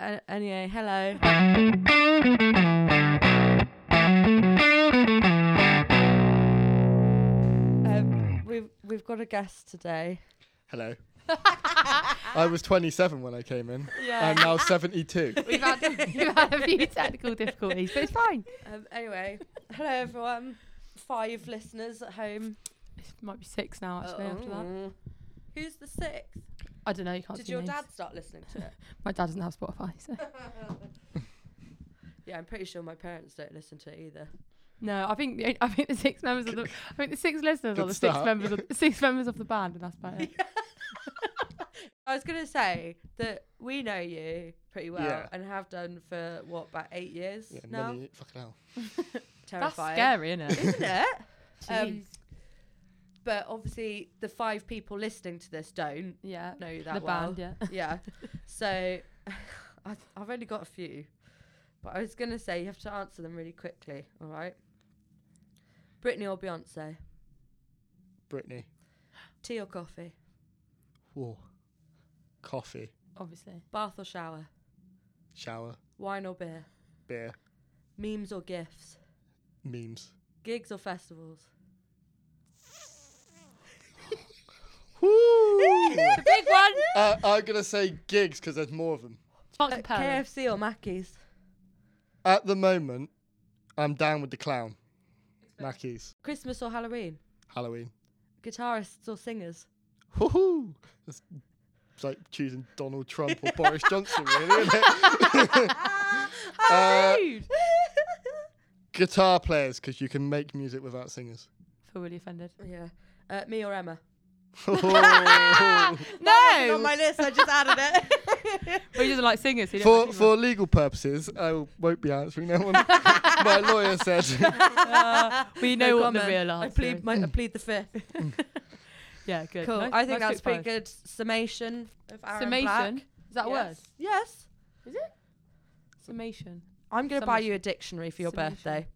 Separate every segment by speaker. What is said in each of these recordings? Speaker 1: uh, anyway, hello. Um, we've we've got a guest today.
Speaker 2: Hello. I was 27 when I came in.
Speaker 1: Yeah.
Speaker 2: I'm now 72.
Speaker 3: Oh, We've had, we've had a few technical difficulties, but it's fine.
Speaker 1: Um, anyway, hello everyone. Five listeners at home.
Speaker 3: It might be six now, actually, after that.
Speaker 1: Mm. Who's the sixth?
Speaker 3: I don't know, you can't
Speaker 1: Did
Speaker 3: see
Speaker 1: your
Speaker 3: names.
Speaker 1: dad start listening to it?
Speaker 3: My dad doesn't have Spotify, so.
Speaker 1: yeah, I'm pretty sure my parents don't listen to it either.
Speaker 3: No, I think the, on- I think the six members of the I think the six listeners are
Speaker 2: Good
Speaker 3: the
Speaker 2: start.
Speaker 3: six members of six members of the band, and that's about it.
Speaker 1: I was gonna say that we know you pretty well
Speaker 2: Yeah.
Speaker 1: and have done for what about eight years
Speaker 2: Yeah,
Speaker 1: now.
Speaker 2: many, fucking hell.
Speaker 3: That's
Speaker 1: Terrifying, Um,
Speaker 3: scary, isn't it?
Speaker 1: isn't it?
Speaker 3: Jeez.
Speaker 1: But obviously, the five people listening to this don't
Speaker 3: yeah,
Speaker 1: know you that
Speaker 3: the
Speaker 1: well.
Speaker 3: band, yeah.
Speaker 1: yeah. So I, I've only got a few, but I was gonna say you have to answer them really quickly. All right. Britney or Beyonce?
Speaker 2: Brittany.
Speaker 1: Tea or coffee?
Speaker 2: War. Coffee.
Speaker 3: Obviously,
Speaker 1: Bath or shower?
Speaker 2: Shower.
Speaker 1: Wine or beer?
Speaker 2: Beer.
Speaker 1: Memes or gifts?
Speaker 2: Memes.
Speaker 1: Gigs or festivals?
Speaker 2: Woo!
Speaker 1: it's a big one.
Speaker 2: uh, I'm going to say gigs because there's more of them.
Speaker 3: Mark
Speaker 1: At
Speaker 3: and Pella.
Speaker 1: KFC or Mackey's?
Speaker 2: At the moment, I'm down with the clown. Mackey's.
Speaker 1: Christmas or Halloween?
Speaker 2: Halloween.
Speaker 1: Guitarists or singers?
Speaker 2: Woohoo! It's like choosing Donald Trump or Boris Johnson, really, isn't it? Uh,
Speaker 3: Rude.
Speaker 2: Guitar players because you can make music without singers.
Speaker 3: Feel really offended.
Speaker 1: yeah. Uh, me or Emma?
Speaker 3: No,
Speaker 1: on my list. I just added it.
Speaker 3: but he doesn't like singers. He doesn't
Speaker 2: for
Speaker 3: like
Speaker 2: for legal purposes, I w- won't be answering that one. my lawyer said
Speaker 3: people. Uh, we know what the
Speaker 1: comment.
Speaker 3: real
Speaker 1: I
Speaker 3: answer.
Speaker 1: plead,
Speaker 3: is.
Speaker 1: my, I plead the fifth.
Speaker 3: Yeah, good.
Speaker 1: Cool.
Speaker 3: Nice-
Speaker 1: I think
Speaker 3: nice
Speaker 1: that's pretty
Speaker 3: quick five.
Speaker 1: good summation of Aaron
Speaker 3: Summation.
Speaker 1: Black.
Speaker 3: Is that a
Speaker 1: yes.
Speaker 3: word?
Speaker 1: Yes.
Speaker 3: Summation.
Speaker 1: I'm going to buy
Speaker 3: Summation.
Speaker 1: you a dictionary for your
Speaker 3: Summation.
Speaker 1: birthday.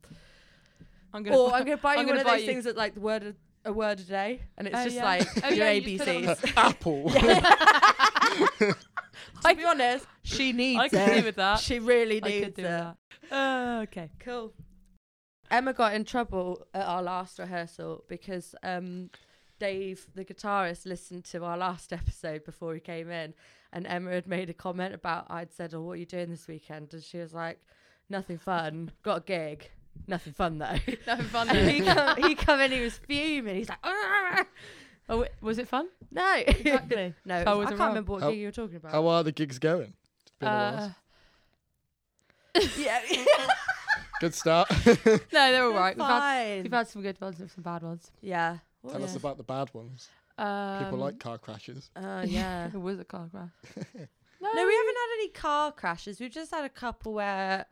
Speaker 3: I'm gonna.
Speaker 1: Or I'm going to buy
Speaker 3: I'm
Speaker 1: you one
Speaker 3: gonna
Speaker 1: of
Speaker 3: buy
Speaker 1: those
Speaker 3: you-
Speaker 1: things that like the word a, a word a day and it's
Speaker 3: Oh,
Speaker 1: just
Speaker 3: yeah.
Speaker 1: like
Speaker 3: Oh,
Speaker 1: your
Speaker 3: yeah, you put it on
Speaker 1: ABCs.
Speaker 2: apple.
Speaker 1: to be honest, she needs
Speaker 3: I
Speaker 1: it.
Speaker 3: could do with that.
Speaker 1: She really
Speaker 3: Uh, I
Speaker 1: needs
Speaker 3: could do
Speaker 1: it.
Speaker 3: with that. Uh, okay.
Speaker 1: Cool. Emma got in trouble at our last rehearsal because um, Dave, the guitarist, listened to our last episode before he came in, and Emma had made a comment about I'd said, "Oh, what are you doing this weekend?" And she was like, "Nothing fun. Got a gig. Nothing fun though."
Speaker 3: No fun.
Speaker 1: and he come, he come in, he was fuming. He's like, "Argh."
Speaker 3: oh, wait, was it fun?
Speaker 1: "No,
Speaker 3: Exactly.
Speaker 1: no,
Speaker 3: So I
Speaker 1: it was- I,
Speaker 3: wasn't
Speaker 1: can't
Speaker 3: wrong.
Speaker 1: remember what
Speaker 2: How-
Speaker 1: gig you were talking about."
Speaker 2: How are the gigs going? It's been a
Speaker 3: Uh,
Speaker 2: while.
Speaker 1: yeah,
Speaker 2: Good start.
Speaker 3: no, they're all right. We've had,
Speaker 1: fine.
Speaker 3: we've had some good ones and some bad ones.
Speaker 1: yeah.
Speaker 2: Tell us
Speaker 3: Yeah.
Speaker 2: about the bad ones.
Speaker 3: Um,
Speaker 2: People like car crashes.
Speaker 1: Oh yeah.
Speaker 3: it was a car crash.
Speaker 1: No, we haven't had any car crashes. We've just had a couple where,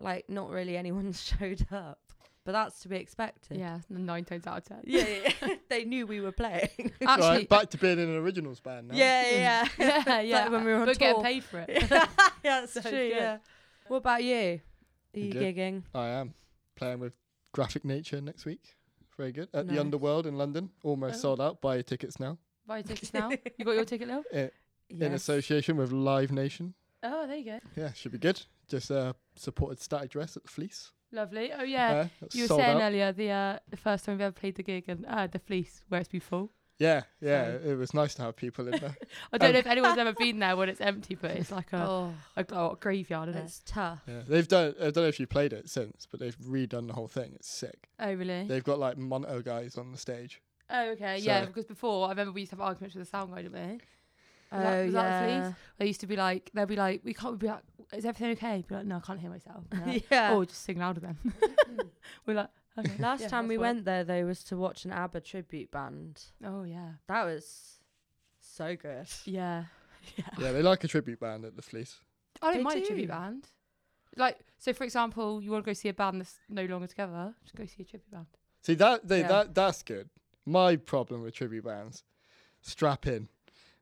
Speaker 1: like, not really anyone showed up. But that's to be expected.
Speaker 3: Yeah, n- nine times out of ten.
Speaker 1: Yeah, yeah, yeah. they knew we were playing.
Speaker 3: Actually,
Speaker 2: right, back to being in an originals band now.
Speaker 1: Yeah, yeah.
Speaker 3: yeah, yeah.
Speaker 1: when we were on
Speaker 3: but
Speaker 1: tour.
Speaker 3: getting paid for it.
Speaker 1: yeah, that's
Speaker 3: So
Speaker 1: true.
Speaker 3: good.
Speaker 1: Yeah. What about you? Are you
Speaker 2: Good.
Speaker 1: gigging?
Speaker 2: I am playing with Graphic Nature next week. Very good. At
Speaker 1: Nice.
Speaker 2: the Underworld in London. Almost
Speaker 3: Oh.
Speaker 2: sold out. Buy your tickets now.
Speaker 3: Buy your tickets now. You got your ticket, Lil?
Speaker 2: I- In
Speaker 1: Yes.
Speaker 2: association with Live Nation.
Speaker 3: Oh, there you go.
Speaker 2: Yeah, should be good. Just uh, supported Static Dress at the Fleece.
Speaker 3: Lovely. Oh yeah.
Speaker 2: Uh, that's
Speaker 3: you were
Speaker 2: sold
Speaker 3: saying
Speaker 2: out.
Speaker 3: earlier the uh, the first time we ever played the gig and uh, the fleece where it's been full.
Speaker 2: Yeah, yeah. It was nice to have people in there.
Speaker 3: I don't
Speaker 2: Um,
Speaker 3: know if anyone's ever been there when it's empty, but it's like a,
Speaker 1: Oh,
Speaker 3: a, oh, a graveyard, isn't it?
Speaker 1: that's tough.
Speaker 2: Yeah, they've done. I don't know if you played it since, but they've redone the whole thing. It's sick.
Speaker 3: Oh really?
Speaker 2: They've got like mono guys on the stage.
Speaker 3: Oh okay, yeah.
Speaker 2: So-
Speaker 3: Because before I remember we used to have arguments with the sound guy, didn't we?
Speaker 1: Oh,
Speaker 3: Was that- was that the
Speaker 1: yeah.
Speaker 3: They used to be like, they'd be like, we can't we'd be like, is everything okay? Be like, no, I can't hear myself. And they're like,
Speaker 1: yeah.
Speaker 3: Oh, just sing louder then. We're like, okay.
Speaker 1: Last
Speaker 3: yeah,
Speaker 1: time
Speaker 3: that's
Speaker 1: we
Speaker 3: what-
Speaker 1: went there, though, was to watch an ABBA tribute band.
Speaker 3: Oh yeah,
Speaker 1: That was so good.
Speaker 3: yeah.
Speaker 2: Yeah, they like a tribute band at the Fleece.
Speaker 3: I
Speaker 1: They
Speaker 3: don't mind a
Speaker 1: do.
Speaker 3: tribute band. Like, so for example, you want to go see a band that's no longer together, just go see a tribute band.
Speaker 2: See that they,
Speaker 1: Yeah.
Speaker 2: that that's good. My problem with tribute bands, strap in.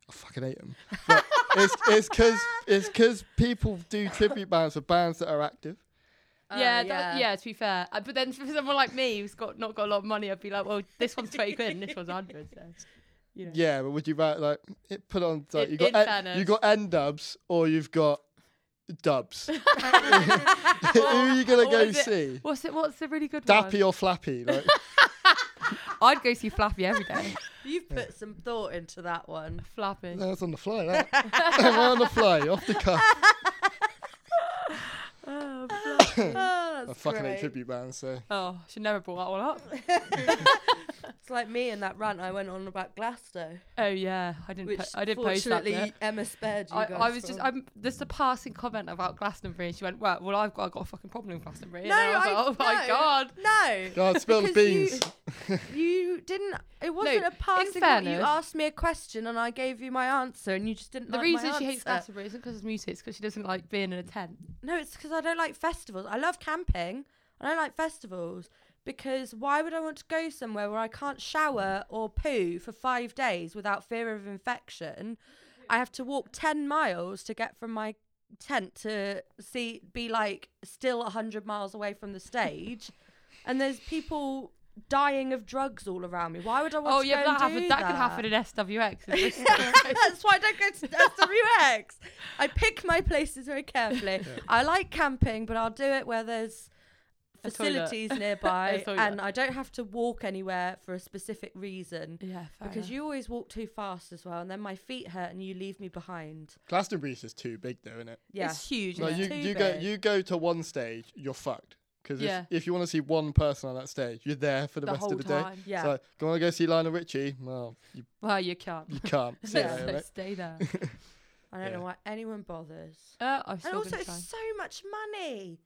Speaker 2: I fucking hate them. But it's it's because it's because people do tribute bands for bands that are active.
Speaker 1: Oh,
Speaker 3: yeah, that, yeah. To be fair, Uh, but then for someone like me who's got not got a lot of money, I'd be like, well, this one's twenty quid and this one's hundred. So, you know.
Speaker 2: Yeah, but would you rather like it put on like
Speaker 3: In-
Speaker 2: you
Speaker 3: in
Speaker 2: got en-
Speaker 3: fairness.
Speaker 2: you got N dubs or you've got Dubs. Who are you gonna
Speaker 3: Or
Speaker 2: go
Speaker 3: is it-
Speaker 2: see?
Speaker 3: What's it? What's the really good one?
Speaker 2: Dappy or Flappy? Like,
Speaker 3: I'd go see Flappy every day.
Speaker 1: You've put some thought into that one.
Speaker 3: Flappy.
Speaker 2: that's on the fly. That. Right on the fly, off the cuff.
Speaker 3: Oh,
Speaker 1: Oh,
Speaker 2: I
Speaker 1: that's
Speaker 2: fucking hate
Speaker 1: great.
Speaker 2: tribute bands. So
Speaker 3: oh, should never brought that one up.
Speaker 1: It's like me and that rant I went on about Glasto,
Speaker 3: Oh yeah, I didn't.
Speaker 1: which
Speaker 3: Po- I did post that.
Speaker 1: fortunately
Speaker 3: bit.
Speaker 1: Emma spared you
Speaker 3: I,
Speaker 1: guys
Speaker 3: I was just.
Speaker 1: from.
Speaker 3: I'm there's a passing comment about Glastonbury, and she went, "Well, well, I've got, I've got a fucking problem with Glastonbury."
Speaker 1: No,
Speaker 3: and I was
Speaker 1: I-
Speaker 3: like, "Oh my
Speaker 1: no.
Speaker 3: god."
Speaker 1: no.
Speaker 2: God, spill the
Speaker 1: Because you-
Speaker 2: beans.
Speaker 1: You didn't. It wasn't a passing. comment. you
Speaker 3: fairness-
Speaker 1: asked me a question and I gave you my answer, and you just didn't.
Speaker 3: The
Speaker 1: like my
Speaker 3: reason she hates
Speaker 1: answer.
Speaker 3: Glastonbury isn't because of music, it's because she doesn't like being in a tent.
Speaker 1: No, it's because I don't like festivals. I love camping. I don't like festivals because why would I want to go somewhere where I can't shower or poo for five days without fear of infection? I have to walk 10 miles to get from my tent to see, be like still 100 miles away from the stage. and there's people dying of drugs all around me. Why would I want
Speaker 3: oh
Speaker 1: to go
Speaker 3: yeah, but that,
Speaker 1: and
Speaker 3: happened,
Speaker 1: do
Speaker 3: that could happen in SWX. in Bristol.
Speaker 1: That's why I don't go to SWX. I pick my places very carefully. I like camping, but I'll do it where there's
Speaker 3: A toilet.
Speaker 1: facilities
Speaker 3: A
Speaker 1: nearby
Speaker 3: toilet.
Speaker 1: and I don't have to walk anywhere for a specific reason.
Speaker 3: yeah, fair
Speaker 1: Because
Speaker 3: because you.
Speaker 1: you always walk too fast as well, and then my feet hurt and you leave me behind.
Speaker 2: Glastonbury's is too big, though, isn't it?
Speaker 1: Yeah.
Speaker 3: It's huge.
Speaker 2: Like
Speaker 3: isn't
Speaker 2: you,
Speaker 3: it?
Speaker 1: Too
Speaker 2: you go,
Speaker 1: big.
Speaker 2: you go to one stage, you're fucked. Because
Speaker 3: Yeah.
Speaker 2: if, if you want to see one person on that stage, you're there for the,
Speaker 3: the
Speaker 2: rest
Speaker 3: whole
Speaker 2: of the day.
Speaker 3: time.
Speaker 1: yeah.
Speaker 2: So, like, do you want to go see Lionel Richie? Well, you,
Speaker 3: Well, you can't.
Speaker 2: you can't. See you
Speaker 1: Yeah.
Speaker 2: later,
Speaker 3: so
Speaker 2: mate.
Speaker 3: stay there.
Speaker 1: I don't
Speaker 2: yeah.
Speaker 1: know why anyone bothers.
Speaker 3: Uh, I'm
Speaker 1: And
Speaker 3: still
Speaker 1: also,
Speaker 3: gonna
Speaker 1: it's
Speaker 3: try.
Speaker 1: so much money.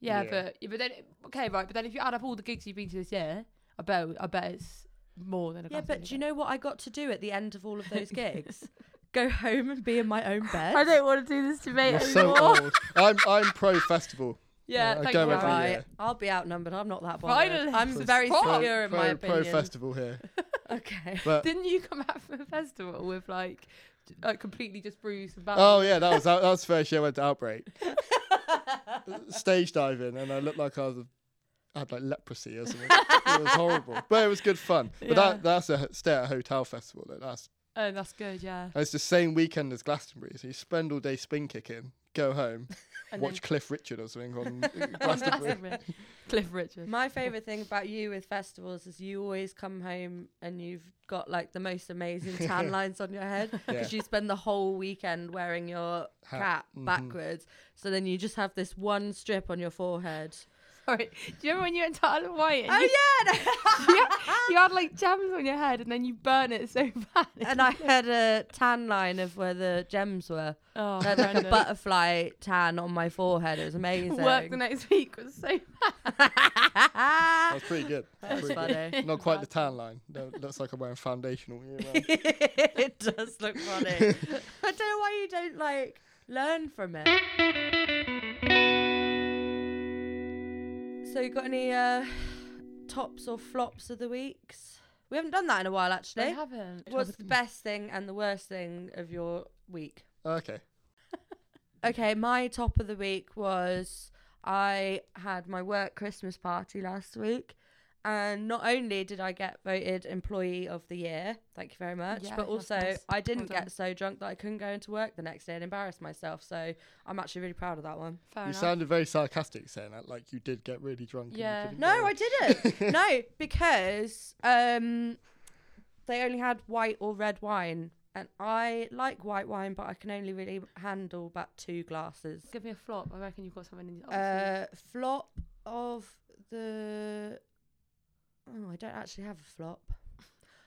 Speaker 3: Yeah,
Speaker 2: Yeah.
Speaker 3: but yeah, but then okay, right. But then if you add up all the gigs you've been to this year, I bet I bet it's more than a.
Speaker 1: Yeah, but
Speaker 3: Glastonbury
Speaker 1: do you
Speaker 3: gig.
Speaker 1: know what I got to do at the end of all of those gigs? go home and be in my own bed.
Speaker 3: I don't want to do this to me
Speaker 2: You're
Speaker 3: anymore.
Speaker 2: so old. I'm, I'm pro festival.
Speaker 3: yeah,
Speaker 2: Yeah, I
Speaker 3: thank
Speaker 2: go
Speaker 3: you.
Speaker 2: every
Speaker 1: Right,
Speaker 2: year.
Speaker 1: I'll be outnumbered. I'm not that bothered.
Speaker 3: Finally.
Speaker 1: I'm
Speaker 2: Pro-
Speaker 1: very
Speaker 3: Pro-
Speaker 1: secure in my
Speaker 2: pro, pro
Speaker 1: opinion.
Speaker 2: festival here.
Speaker 1: Okay.
Speaker 2: But
Speaker 3: Didn't you come out from a festival with like, j- like completely just bruised and battered?
Speaker 2: oh yeah, that was that, that was the first year I went to outbreak. Stage diving, and I looked like I was I had like leprosy or something. it was horrible, but it was good fun. But
Speaker 3: Yeah.
Speaker 2: that that's a h- stay at a hotel festival. Though. That's
Speaker 3: Oh, that's good. Yeah.
Speaker 2: And It's the same weekend as Glastonbury, so you spend all day spin kicking, go home,
Speaker 3: And
Speaker 2: watch Cliff Richard or something on
Speaker 3: then
Speaker 2: Glastonbury.
Speaker 3: Glastonbury. Cliff Richard.
Speaker 1: My favourite thing about you with festivals is you always come home and you've got like the most amazing tan lines on your head
Speaker 2: Yeah.
Speaker 1: because you spend the whole weekend wearing your
Speaker 2: Hat.
Speaker 1: cap
Speaker 2: Mhm.
Speaker 1: backwards. So then you just have this one strip on your forehead.
Speaker 3: Sorry. Do you remember when you went to Isle of Wight? and
Speaker 1: Oh,
Speaker 3: you,
Speaker 1: yeah!
Speaker 3: you, had, you had, like gems on your head, and then you burn it so bad.
Speaker 1: and I had a tan line of where the gems were.
Speaker 3: oh,
Speaker 1: I had like a
Speaker 3: horrendous.
Speaker 1: butterfly tan on my forehead. It was amazing.
Speaker 3: Work the next week was so.
Speaker 2: That was pretty good.
Speaker 1: That was
Speaker 2: Pretty good.
Speaker 1: funny.
Speaker 2: Not quite the tan line. No, it looks like I'm wearing foundation all year round.
Speaker 1: it does look funny. I don't know why you don't like learn from it. So you got any uh, tops or flops of the weeks? We haven't done that in a while, actually.
Speaker 3: haven't.
Speaker 1: What's the best thing and the worst thing of your week?
Speaker 2: Okay.
Speaker 1: Okay, my top of the week was I had my work Christmas party last week. And not only did I get voted employee of the year, thank you very much,
Speaker 3: Yeah,
Speaker 1: but
Speaker 3: that's
Speaker 1: also
Speaker 3: nice.
Speaker 1: I didn't
Speaker 3: Well done.
Speaker 1: get so drunk that I couldn't go into work the next day and embarrass myself. So I'm actually really proud of that one.
Speaker 3: Fair
Speaker 2: you
Speaker 3: enough.
Speaker 2: sounded very sarcastic saying that, like you did get really drunk.
Speaker 3: Yeah.
Speaker 2: And you couldn't
Speaker 1: No,
Speaker 2: go.
Speaker 1: I didn't. no, because um, they only had white or red wine. And I like white wine, but I can only really handle about two glasses.
Speaker 3: Give me a flop. I reckon you've got something in your
Speaker 1: Uh, flop of the. Oh, I don't actually have a flop.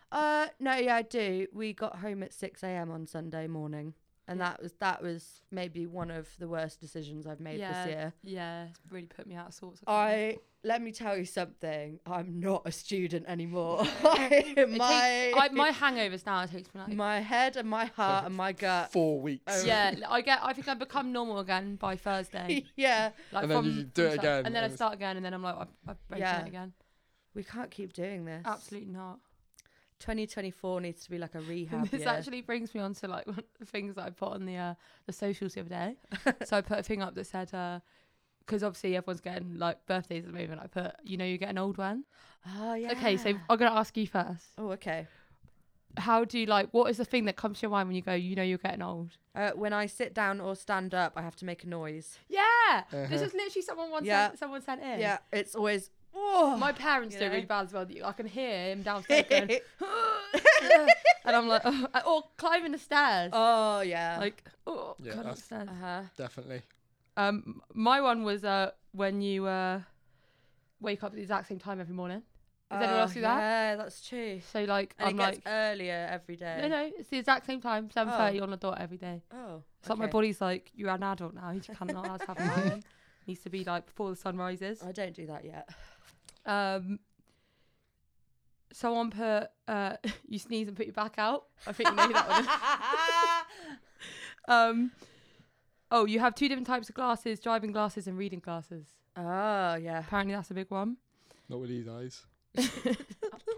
Speaker 1: Uh, no, yeah, I do. We got home at six a.m. on Sunday morning, and
Speaker 3: Yeah.
Speaker 1: that was that was maybe one of the worst decisions I've made
Speaker 3: Yeah.
Speaker 1: this year.
Speaker 3: Yeah, it's really put me out of sorts. can't lie.
Speaker 1: I let me tell you something. I'm not a student anymore.
Speaker 3: It
Speaker 1: my
Speaker 3: takes, I, my hangovers now it takes me like
Speaker 1: my head and my heart and my gut.
Speaker 2: Four weeks.
Speaker 1: Oh.
Speaker 3: yeah. I get. I think I become normal again by Thursday.
Speaker 1: yeah,
Speaker 3: Like
Speaker 2: And then you do it
Speaker 3: start-
Speaker 2: again,
Speaker 3: and then I
Speaker 2: and-
Speaker 3: start again, and then I'm like, I, I break
Speaker 1: Yeah.
Speaker 3: it again.
Speaker 1: we can't keep doing this.
Speaker 3: Absolutely not.
Speaker 1: 2024 needs to be like a
Speaker 3: And
Speaker 1: rehab.
Speaker 3: this
Speaker 1: year.
Speaker 3: actually brings me on to like one of the things that I put on the uh, the socials the other day. so I put a thing up that said, because obviously everyone's getting like birthdays at the moment. I put, you know, you get an old one.
Speaker 1: Oh yeah.
Speaker 3: Okay, so I'm gonna ask you first.
Speaker 1: Oh, okay.
Speaker 3: how do you like? What is the thing that comes to your mind when you go? You know, you're getting old.
Speaker 1: Uh, when I sit down or stand up, I have to make a noise.
Speaker 3: Yeah, this
Speaker 2: Uh-huh.
Speaker 3: was literally someone once
Speaker 1: Yeah.
Speaker 3: sent, someone sent in.
Speaker 1: Yeah, it's always. Oh,
Speaker 3: My parents
Speaker 1: You
Speaker 3: do it
Speaker 1: know?
Speaker 3: really bad as well. You- I can hear him downstairs going, and I'm like, oh, or climbing the stairs.
Speaker 1: oh yeah.
Speaker 3: Like, oh,
Speaker 2: Yeah,
Speaker 3: climbing the
Speaker 2: that's-
Speaker 3: stairs.
Speaker 1: uh huh.
Speaker 2: Definitely.
Speaker 3: Um, my one was uh when you uh wake up at the exact same time every morning. Does anyone else do that?
Speaker 1: Oh, Yeah, that's true.
Speaker 3: So like,
Speaker 1: And
Speaker 3: I'm
Speaker 1: it
Speaker 3: like,
Speaker 1: gets earlier every day.
Speaker 3: no, no, it's the exact same time, seven thirty on the dot every day.
Speaker 1: Oh.
Speaker 3: It's like my
Speaker 1: okay.
Speaker 3: body's like, you're an adult now. You cannot have to have a morning. Needs to be like before the sun rises.
Speaker 1: I don't do that yet.
Speaker 3: Um, someone put uh, you sneeze and put your back out. I think you know who that one. is. Um, oh, you have two different types of glasses: driving glasses and reading glasses.
Speaker 1: oh yeah.
Speaker 3: Apparently, that's a big one.
Speaker 2: Not with these eyes.
Speaker 3: got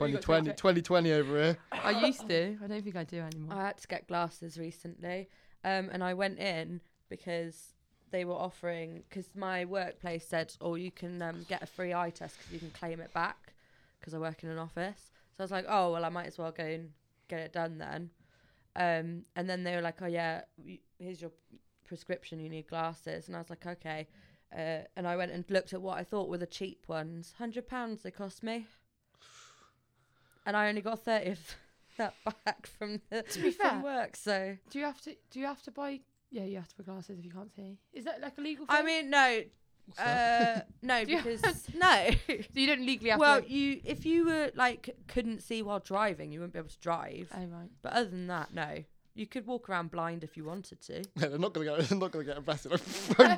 Speaker 2: 2020, 2020 over here.
Speaker 3: I used to. I don't think I do anymore.
Speaker 1: I had to get glasses recently, um, and I went in because they were offering because my workplace said, "Oh, you can um, get a free eye test because you can claim it back," because I work in an office. So I was like, "Oh, well, I might as well go and get it done then." Um, and then they were like, "Oh yeah, y- here's your prescription. You need glasses." And I was like, "Okay." Uh, and I went and looked at what I thought were the cheap ones. Hundred pounds they cost me, and I only got thirty of that back from the
Speaker 3: To be
Speaker 1: from
Speaker 3: fair,
Speaker 1: work. So
Speaker 3: do you have to? Do you have to buy? Yeah, you have to wear glasses if you can't see. Is that like a legal?
Speaker 1: I mean, no,
Speaker 2: What's that?
Speaker 1: uh, no,
Speaker 3: Do you-
Speaker 1: because no.
Speaker 3: so you don't legally have
Speaker 1: well,
Speaker 3: to.
Speaker 1: you if you were like couldn't see while driving, you wouldn't be able to drive.
Speaker 3: Oh right.
Speaker 1: But other than that, no. You could walk around blind if you wanted to.
Speaker 2: Yeah, they're not gonna get. They're not gonna get arrested. I'm thrown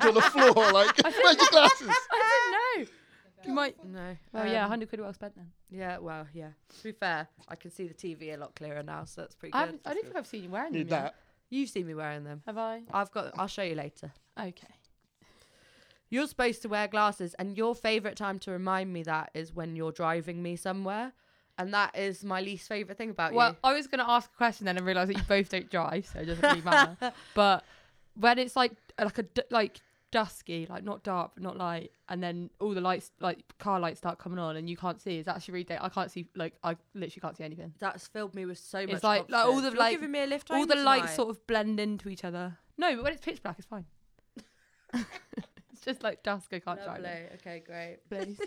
Speaker 2: to the floor like where's your glasses?
Speaker 3: I didn't know. You might.
Speaker 1: No.
Speaker 3: Well, yeah,
Speaker 1: Um,
Speaker 3: hundred quid well spent then.
Speaker 1: Yeah. Well, yeah. To be fair, I can see the TV a lot clearer now, so that's pretty
Speaker 3: I,
Speaker 1: good.
Speaker 3: haven't, I don't think I've seen you wearing
Speaker 2: Need
Speaker 3: them. yet.
Speaker 2: that.
Speaker 1: You've seen me wearing them.
Speaker 3: Have I?
Speaker 1: I've got. I'll show you later.
Speaker 3: Okay.
Speaker 1: You're supposed to wear glasses, and your favorite time to remind me that is when you're driving me somewhere, and that is my least favorite thing about
Speaker 3: Well,
Speaker 1: you.
Speaker 3: I was going to ask a question then and realize that you both don't drive, so it doesn't really matter. but when it's like like a d- like dusky, like not dark but not light, and then all the lights like car lights start coming on and you can't see, is that actually really da- I can't see like I literally can't see anything.
Speaker 1: That's filled me with so much.
Speaker 3: It's like- like all
Speaker 1: confidence.
Speaker 3: the,
Speaker 1: You're
Speaker 3: like,
Speaker 1: giving me a lift.
Speaker 3: all
Speaker 1: home
Speaker 3: the lights
Speaker 1: tonight.
Speaker 3: sort of blend into each other. No, but when it's pitch black, it's fine. it's just like dusk. I can't drive. it.
Speaker 1: Lovely. Okay, great.
Speaker 3: Please.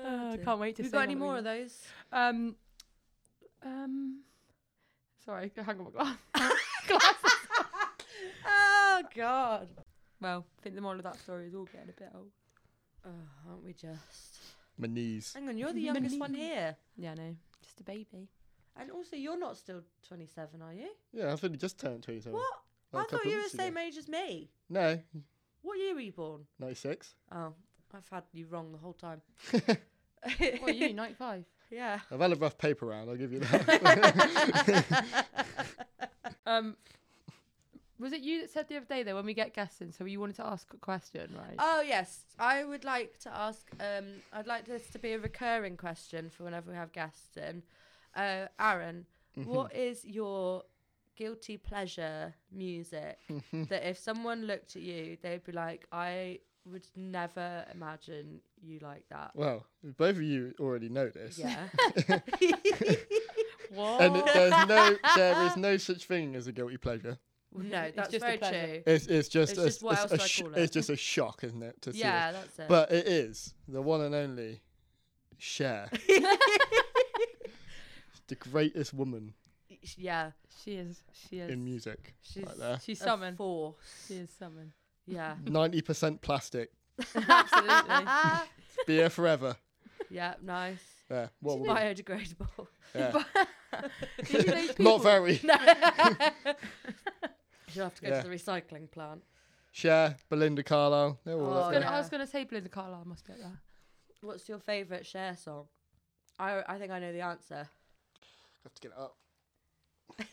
Speaker 1: Oh,
Speaker 3: Uh,
Speaker 1: dear.
Speaker 3: can't wait to.
Speaker 1: Have you
Speaker 3: see
Speaker 1: got
Speaker 3: what
Speaker 1: any
Speaker 3: we
Speaker 1: more of
Speaker 3: got.
Speaker 1: those?
Speaker 3: Um, um, sorry, I hung on my glass. glasses.
Speaker 1: Oh God.
Speaker 3: Well, I think the moral of that story is all getting a bit old.
Speaker 1: Oh, aren't we just?
Speaker 2: My knees.
Speaker 1: Hang on, you're the youngest one here,
Speaker 3: Yeah, no, just a baby.
Speaker 1: and also you're not still 27, are you?
Speaker 2: Yeah, I've only just turned 27.
Speaker 1: What?
Speaker 2: Like a
Speaker 1: I thought
Speaker 2: couple
Speaker 1: you were the
Speaker 2: weeks ago.
Speaker 1: same age as me.
Speaker 2: No,
Speaker 1: What year were you born?
Speaker 2: 96.
Speaker 1: Oh, I've had you wrong the whole time.
Speaker 3: What are you, 95?
Speaker 1: yeah.
Speaker 2: I've had a rough paper round. I'll give you that.
Speaker 3: Um, was it you that said the other day, though, when we get guests in, so you wanted to ask a question, right?
Speaker 1: Oh yes, I would like to ask. Um, I'd like this to be a recurring question for whenever we have guests in. Uh, Aaron,
Speaker 2: Mm-hmm.
Speaker 1: what is your guilty pleasure music that if someone looked at you, they'd be like, I would never imagine you like that.
Speaker 2: well, both of you already know this.
Speaker 1: Yeah.
Speaker 3: what?
Speaker 2: And it, there's no, there is no such thing as a guilty pleasure.
Speaker 1: Well, no,
Speaker 3: It's
Speaker 1: that's
Speaker 3: just a
Speaker 1: very
Speaker 3: pleasure.
Speaker 1: true.
Speaker 2: It's, it's just,
Speaker 1: It's
Speaker 2: a,
Speaker 1: just what
Speaker 2: it's
Speaker 1: else
Speaker 2: a
Speaker 1: do I
Speaker 2: sh-
Speaker 1: call it?
Speaker 2: it's just a shock, isn't it? To see
Speaker 1: Yeah,
Speaker 2: this.
Speaker 1: that's it.
Speaker 2: But it is the one and only Cher. the greatest woman
Speaker 1: yeah,
Speaker 3: she is. She is.
Speaker 2: in music.
Speaker 1: she's
Speaker 2: there.
Speaker 3: She's
Speaker 1: a
Speaker 3: summon.
Speaker 1: force.
Speaker 3: She is summon.
Speaker 1: Yeah.
Speaker 2: 90% plastic.
Speaker 3: Absolutely.
Speaker 2: Be here forever.
Speaker 1: yeah, nice.
Speaker 2: Yeah, what a
Speaker 1: She's
Speaker 2: woman.
Speaker 1: biodegradable.
Speaker 2: Yeah.
Speaker 3: Did you know people-
Speaker 2: Not very.
Speaker 1: She'll have to go
Speaker 2: Yeah.
Speaker 1: to the recycling plant.
Speaker 2: Cher, Belinda Carlisle, they're all
Speaker 1: Oh,
Speaker 2: up
Speaker 3: I was
Speaker 2: there.
Speaker 3: gonna-
Speaker 1: yeah.
Speaker 3: I was going to say Belinda Carlisle must be at that.
Speaker 1: What's your favourite share song? I I think I know the answer.
Speaker 2: have to get it up.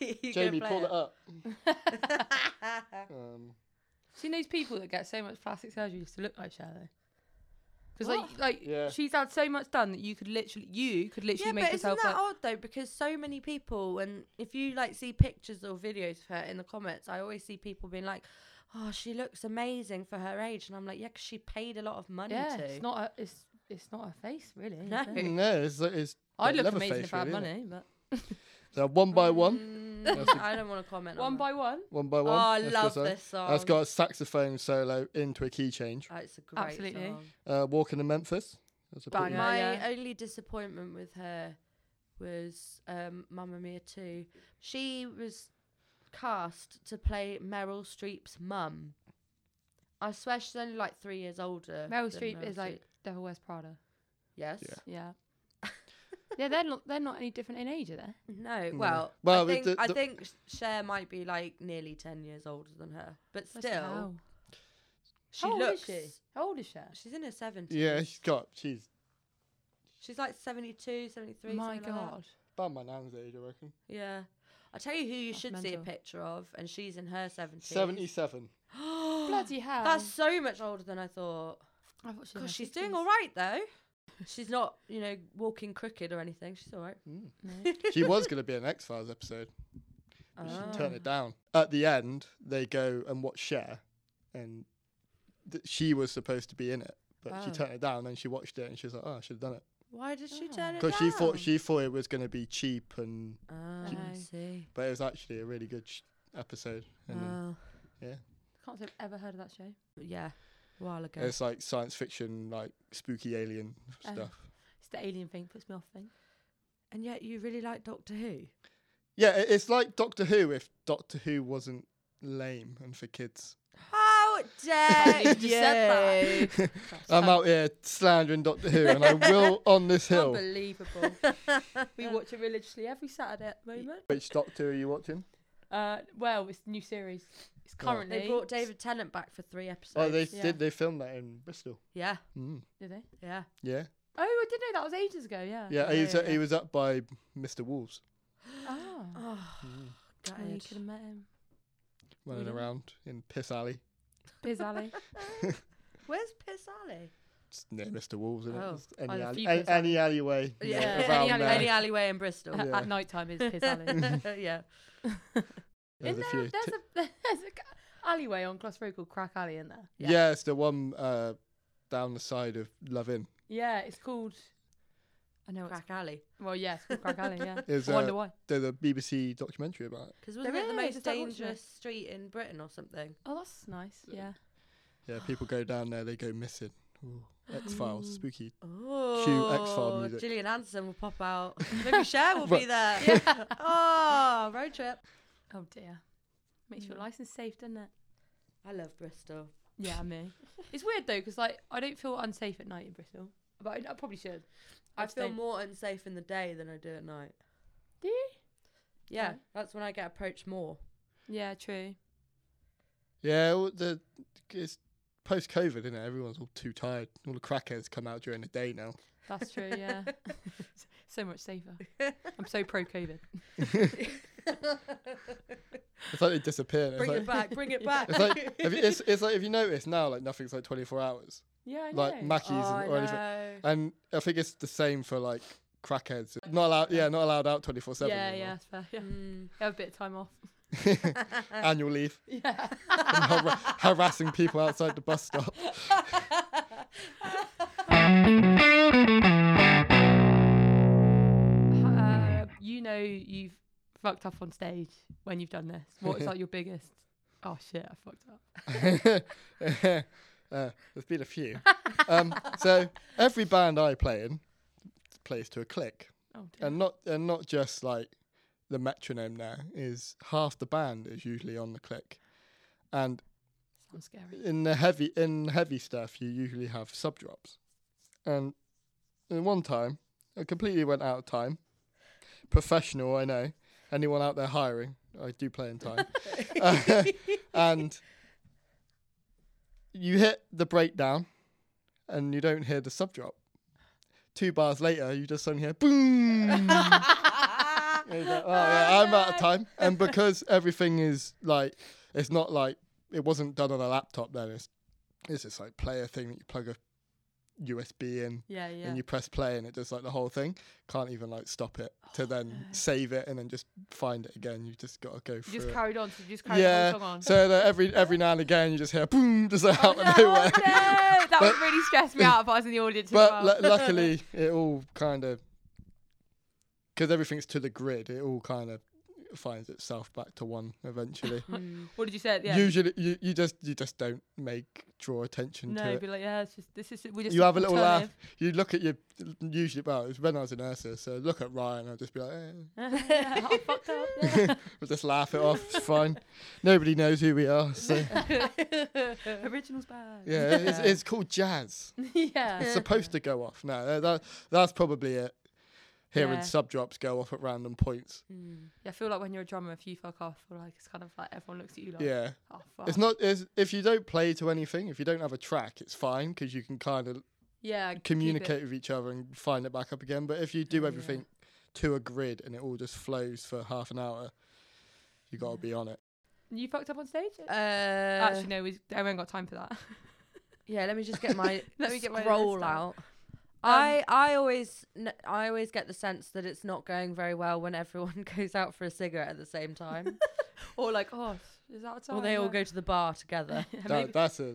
Speaker 1: You gonna
Speaker 2: Jamie,
Speaker 1: play
Speaker 2: pull it, up. um,
Speaker 3: She knows people that get so much plastic surgery just to look like Cher, though. Because like, like
Speaker 2: Yeah.
Speaker 3: she's had so much done that you could literally, you could literally
Speaker 1: Yeah,
Speaker 3: make
Speaker 1: but isn't
Speaker 3: yourself
Speaker 1: that
Speaker 3: like.
Speaker 1: odd though? Because so many people, and if you like see pictures or videos of her in the comments, I always see people being like, "Oh, she looks amazing for her age," and I'm like, "Yeah, 'cause she paid a lot of money
Speaker 3: yeah,
Speaker 1: to."
Speaker 3: it's not. A, it's it's not a face really.
Speaker 1: No.
Speaker 3: is it?
Speaker 2: no, mm, it's, it's
Speaker 3: I'd
Speaker 2: like
Speaker 3: look amazing
Speaker 2: Leatherface,
Speaker 3: if I had
Speaker 2: really, isn't
Speaker 3: money, but
Speaker 2: so one by one, That's
Speaker 1: Mm,
Speaker 2: a-
Speaker 1: I don't want to comment.
Speaker 3: one
Speaker 1: on
Speaker 3: by one.
Speaker 2: one by
Speaker 1: That. Oh,
Speaker 2: one.
Speaker 1: I
Speaker 2: That's good
Speaker 1: love
Speaker 2: song.
Speaker 1: this song.
Speaker 2: That's got a saxophone solo into a key change.
Speaker 1: Oh, it's a great
Speaker 3: Absolutely.
Speaker 1: song.
Speaker 2: Uh, Walking in Memphis. That's a pretty-
Speaker 3: Banger. Yeah,
Speaker 1: My
Speaker 3: yeah.
Speaker 1: only disappointment with her was um, Mamma Mia 2. She was cast to play Meryl Streep's mum. I swear she's only like three years older.
Speaker 3: Meryl
Speaker 1: than
Speaker 3: Streep is
Speaker 1: Streep.
Speaker 3: like Devil Wears Prada.
Speaker 1: Yes.
Speaker 2: Yeah.
Speaker 3: Yeah. yeah, they're not they're not any different in age, are they?
Speaker 1: No,
Speaker 2: No.
Speaker 1: well,
Speaker 2: Mm-hmm. Well,
Speaker 1: I
Speaker 2: the-
Speaker 1: think
Speaker 2: the-
Speaker 1: I
Speaker 2: the-
Speaker 1: think Cher might be like nearly ten years older than her, but
Speaker 3: Bloody
Speaker 1: still,
Speaker 3: hell.
Speaker 1: she
Speaker 3: How old
Speaker 1: looks.
Speaker 3: is she? How old is she?
Speaker 1: She's in her seventies.
Speaker 2: Yeah, she's got. She's
Speaker 1: she's like 72, 73.
Speaker 3: My
Speaker 1: something like that.
Speaker 3: God.
Speaker 2: about my nan's age, I eh, reckon.
Speaker 1: yeah. I tell you who you
Speaker 3: That's
Speaker 1: should see a
Speaker 3: mental.
Speaker 1: picture of, and she's in her seventies.
Speaker 2: 77.
Speaker 3: Bloody hell.
Speaker 1: That's so much older than I thought.
Speaker 3: I thought she was in her
Speaker 1: Because Um, she's doing
Speaker 3: 60s.
Speaker 1: all right though. She's not, you know, walking crooked or anything. She's all right.
Speaker 2: Mm.
Speaker 3: No.
Speaker 2: she was going to be an X Files episode,
Speaker 1: Ah.
Speaker 2: but she turned it down. At the end, they go and watch Cher, and th- she was supposed to be in it, but she
Speaker 1: Oh.
Speaker 2: turned it down. And she watched it, and she was like, "Oh, I should have done it,"
Speaker 1: Why did she
Speaker 3: Oh.
Speaker 1: turn it down?
Speaker 2: because she thought she thought it was going to be cheap, and
Speaker 1: Oh,
Speaker 3: No.
Speaker 1: I see.
Speaker 2: but it was actually a really good sh- episode. And
Speaker 1: Oh,
Speaker 3: Can't say I've ever heard of that show.
Speaker 1: yeah. A while ago.
Speaker 2: It's like science fiction, like spooky alien
Speaker 3: Oh.
Speaker 2: stuff.
Speaker 3: It's the alien thing puts me off thing.
Speaker 1: And yet you really like Doctor Who.
Speaker 2: Yeah, i- it's like Doctor Who if Doctor Who wasn't lame and for kids.
Speaker 1: How dare you? said that.
Speaker 2: I'm out here slandering Doctor Who, and I will on this hill.
Speaker 3: Unbelievable. we watch it religiously every Saturday at the moment.
Speaker 2: Which Doctor are you watching?
Speaker 3: Uh, well, it's new series. It's
Speaker 2: Yeah.
Speaker 3: currently.
Speaker 1: They brought David Tennant back for three episodes.
Speaker 2: Oh, they
Speaker 3: yeah.
Speaker 2: did. They filmed that in Bristol.
Speaker 1: Yeah,
Speaker 2: Mm.
Speaker 3: Did they?
Speaker 1: yeah.
Speaker 2: Yeah,
Speaker 3: Oh, I did know that was ages ago. Yeah.
Speaker 2: yeah. He was
Speaker 1: yeah,
Speaker 2: he
Speaker 1: yeah.
Speaker 2: was up by Mr. Wolves,
Speaker 3: Oh.
Speaker 1: Oh,
Speaker 2: Mm.
Speaker 3: Well, Oh, you
Speaker 1: gutted.
Speaker 3: could have met him.
Speaker 1: Mm.
Speaker 2: running
Speaker 3: Really?
Speaker 2: around in Piss Alley.
Speaker 3: Biz Alley.
Speaker 1: Where's Piss Alley?
Speaker 2: It's near Mr. Wolves, isn't
Speaker 1: Oh.
Speaker 2: it? It's Any,
Speaker 3: there's a
Speaker 2: alley,
Speaker 3: few
Speaker 2: a-
Speaker 3: Piss
Speaker 2: any alleyway.
Speaker 1: Yeah,
Speaker 2: Yeah,
Speaker 1: any,
Speaker 2: around
Speaker 1: alley-
Speaker 2: there.
Speaker 1: any alleyway in Bristol.
Speaker 3: At-
Speaker 2: Yeah.
Speaker 3: At night time is Biz Alley. Isn't
Speaker 1: yeah.
Speaker 2: There's a
Speaker 3: there-
Speaker 2: few.
Speaker 3: there's
Speaker 2: Ti-
Speaker 3: a there's a ca- alleyway on Cross Road called Crack Alley, isn't there?
Speaker 1: yeah.
Speaker 2: yeah. it's the one uh, down the side of Lovin.
Speaker 3: Yeah, it's called. I know. It's,
Speaker 1: Crack Alley.
Speaker 3: well, yeah, it's called Crack Alley. Yeah.
Speaker 2: Is,
Speaker 3: I wonder
Speaker 2: uh,
Speaker 3: why.
Speaker 2: There's a BBC documentary about it.
Speaker 1: Because wasn't
Speaker 3: There
Speaker 1: it the
Speaker 3: is,
Speaker 1: most
Speaker 3: is that what it's
Speaker 1: dangerous street in Britain or something?
Speaker 3: Oh, that's nice. Yeah.
Speaker 2: Yeah, people go down there, they go missing. Ooh, X Files,
Speaker 3: Ooh.
Speaker 2: spooky.
Speaker 1: Oh,
Speaker 2: X-File music.
Speaker 1: Gillian Anderson will pop out. Maybe Cher will be
Speaker 2: Right.
Speaker 1: there. Oh, road trip.
Speaker 3: Oh dear. Makes your
Speaker 1: Mm.
Speaker 3: license safe, doesn't it?
Speaker 1: I love Bristol.
Speaker 3: Yeah, me. it's weird though, because like I don't feel unsafe at night in Bristol, but I, I probably should.
Speaker 1: I
Speaker 3: I've
Speaker 1: feel
Speaker 3: stayed-
Speaker 1: more unsafe in the day than I do at night.
Speaker 3: Do you?
Speaker 1: Yeah,
Speaker 3: Yeah.
Speaker 1: that's when I get approached more.
Speaker 3: Yeah, true.
Speaker 2: Yeah, well, the it's post COVID, isn't it? Everyone's all too tired. All the crackheads come out during the day now.
Speaker 3: That's true. Yeah. so much safer. I'm so pro COVID.
Speaker 2: It's like they disappear. It's
Speaker 1: bring
Speaker 2: like,
Speaker 1: it back, bring it back.
Speaker 2: It's like if you, it's, it's like if you notice now, like nothing's like 24 hours,
Speaker 3: Yeah, I know.
Speaker 2: like Mackey's
Speaker 1: oh, I
Speaker 2: and, or anything.
Speaker 1: know.
Speaker 2: And I think it's the same for like crackheads. Not allowed. Yeah, not allowed out 24
Speaker 3: yeah,
Speaker 2: seven.
Speaker 3: yeah, that's fair. Yeah.
Speaker 1: Mm.
Speaker 3: Have a bit of time off.
Speaker 2: Annual leave.
Speaker 3: Yeah.
Speaker 2: and har- harassing people outside the bus stop.
Speaker 3: uh, you know you've fucked up on stage when you've done this. What's like your biggest? Oh shit, I fucked up.
Speaker 2: uh, there's been a few. Um, so every band I play in plays to a click,
Speaker 3: Oh dear.
Speaker 2: and not and not just like the metronome. Now is half the band is usually on the click, and
Speaker 3: Sounds scary.
Speaker 2: in the heavy in heavy stuff you usually have sub drops, and in one time I completely went out of time. Professional, I know. Anyone out there hiring? I do play in time. Uh, and you hit the breakdown and you don't hear the sub drop. Two bars later, you just suddenly hear boom. And you go, oh, yeah, I'm out of time. And because everything is like, it's not like it wasn't done on a laptop then, it's, it's just like player thing that you plug a USB in
Speaker 3: Yeah, yeah.
Speaker 2: and you press play and it does like the whole thing. Can't even like stop it to
Speaker 3: Oh,
Speaker 2: then save it and then just find it again. You've just got to go
Speaker 3: You
Speaker 2: through.
Speaker 3: just
Speaker 2: it.
Speaker 3: carried on. So you just carried
Speaker 2: Yeah,
Speaker 3: the whole song on.
Speaker 2: So that every every now and again you just hear boom just
Speaker 3: Oh,
Speaker 2: out
Speaker 3: no,
Speaker 2: of
Speaker 3: no,
Speaker 2: nowhere.
Speaker 3: that
Speaker 2: But-
Speaker 3: would really stress me out if I was in the audience.
Speaker 2: But
Speaker 3: as
Speaker 2: lu
Speaker 3: well.
Speaker 2: luckily it all kind of because everything's to the grid. It all kind of finds itself back to one eventually.
Speaker 1: Hmm.
Speaker 3: what did you say? at the end?
Speaker 2: Usually you, you just you just don't make draw attention to
Speaker 3: no,
Speaker 2: it.
Speaker 3: be like, yeah, it's just this is we just.
Speaker 2: you have a little laugh.
Speaker 3: alternative.
Speaker 2: You look at your usually. Well, it was when I was in Ursa, so look at Ryan. I'll just be like, eh.
Speaker 3: Yeah, Oh, I fucked up. yeah.
Speaker 2: we'll just laugh it off. It's fine. Nobody knows who we are. So
Speaker 3: Originals bad.
Speaker 2: yeah, it's, it's called jazz.
Speaker 3: yeah.
Speaker 2: It's supposed to go off. No, tha- that that's probably it. Hearing
Speaker 3: Yeah.
Speaker 2: sub drops go off at random points.
Speaker 3: Yeah, I feel like when you're a drummer, if you fuck off, or like it's kind of like everyone looks at you like,
Speaker 2: Yeah,
Speaker 3: oh fuck.
Speaker 2: it's not. It's, if you don't play to anything, if you don't have a track, it's fine because you can kind of
Speaker 3: yeah, keep it.
Speaker 2: communicate with each other and find it back up again. But if you do everything to a grid and it all just flows for half an hour, you got to be on it.
Speaker 3: You fucked up on stage.
Speaker 1: Uh,
Speaker 3: Actually, no, we I haven't got time for that.
Speaker 1: Yeah, let me just get my
Speaker 3: Let me get my Um,
Speaker 1: scroll
Speaker 3: list
Speaker 1: out.
Speaker 3: out.
Speaker 1: I I always n- I always get the sense that it's not going very well when everyone goes out for a cigarette at the same time,
Speaker 3: Or like, oh, is that a time?
Speaker 1: or they all
Speaker 3: Yeah.
Speaker 1: go to the bar together.
Speaker 3: Yeah,
Speaker 2: That,
Speaker 3: maybe-
Speaker 2: that's a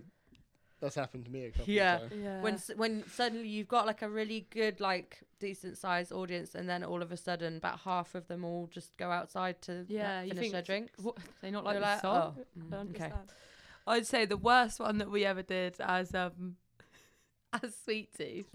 Speaker 2: that's happened to me a couple
Speaker 1: Yeah.
Speaker 2: of times.
Speaker 3: yeah.
Speaker 1: When s- when suddenly you've got like a really good like decent sized audience, and then all of a sudden about half of them all just go outside to like,
Speaker 3: Yeah, you
Speaker 1: finish
Speaker 3: think
Speaker 1: their
Speaker 3: it's-
Speaker 1: drinks.
Speaker 3: What, they not like
Speaker 1: You're
Speaker 3: the
Speaker 1: like,
Speaker 3: song.
Speaker 1: oh, mm,
Speaker 3: I
Speaker 1: okay.
Speaker 3: understand. I'd say the worst one that we ever did as um as sweet tea,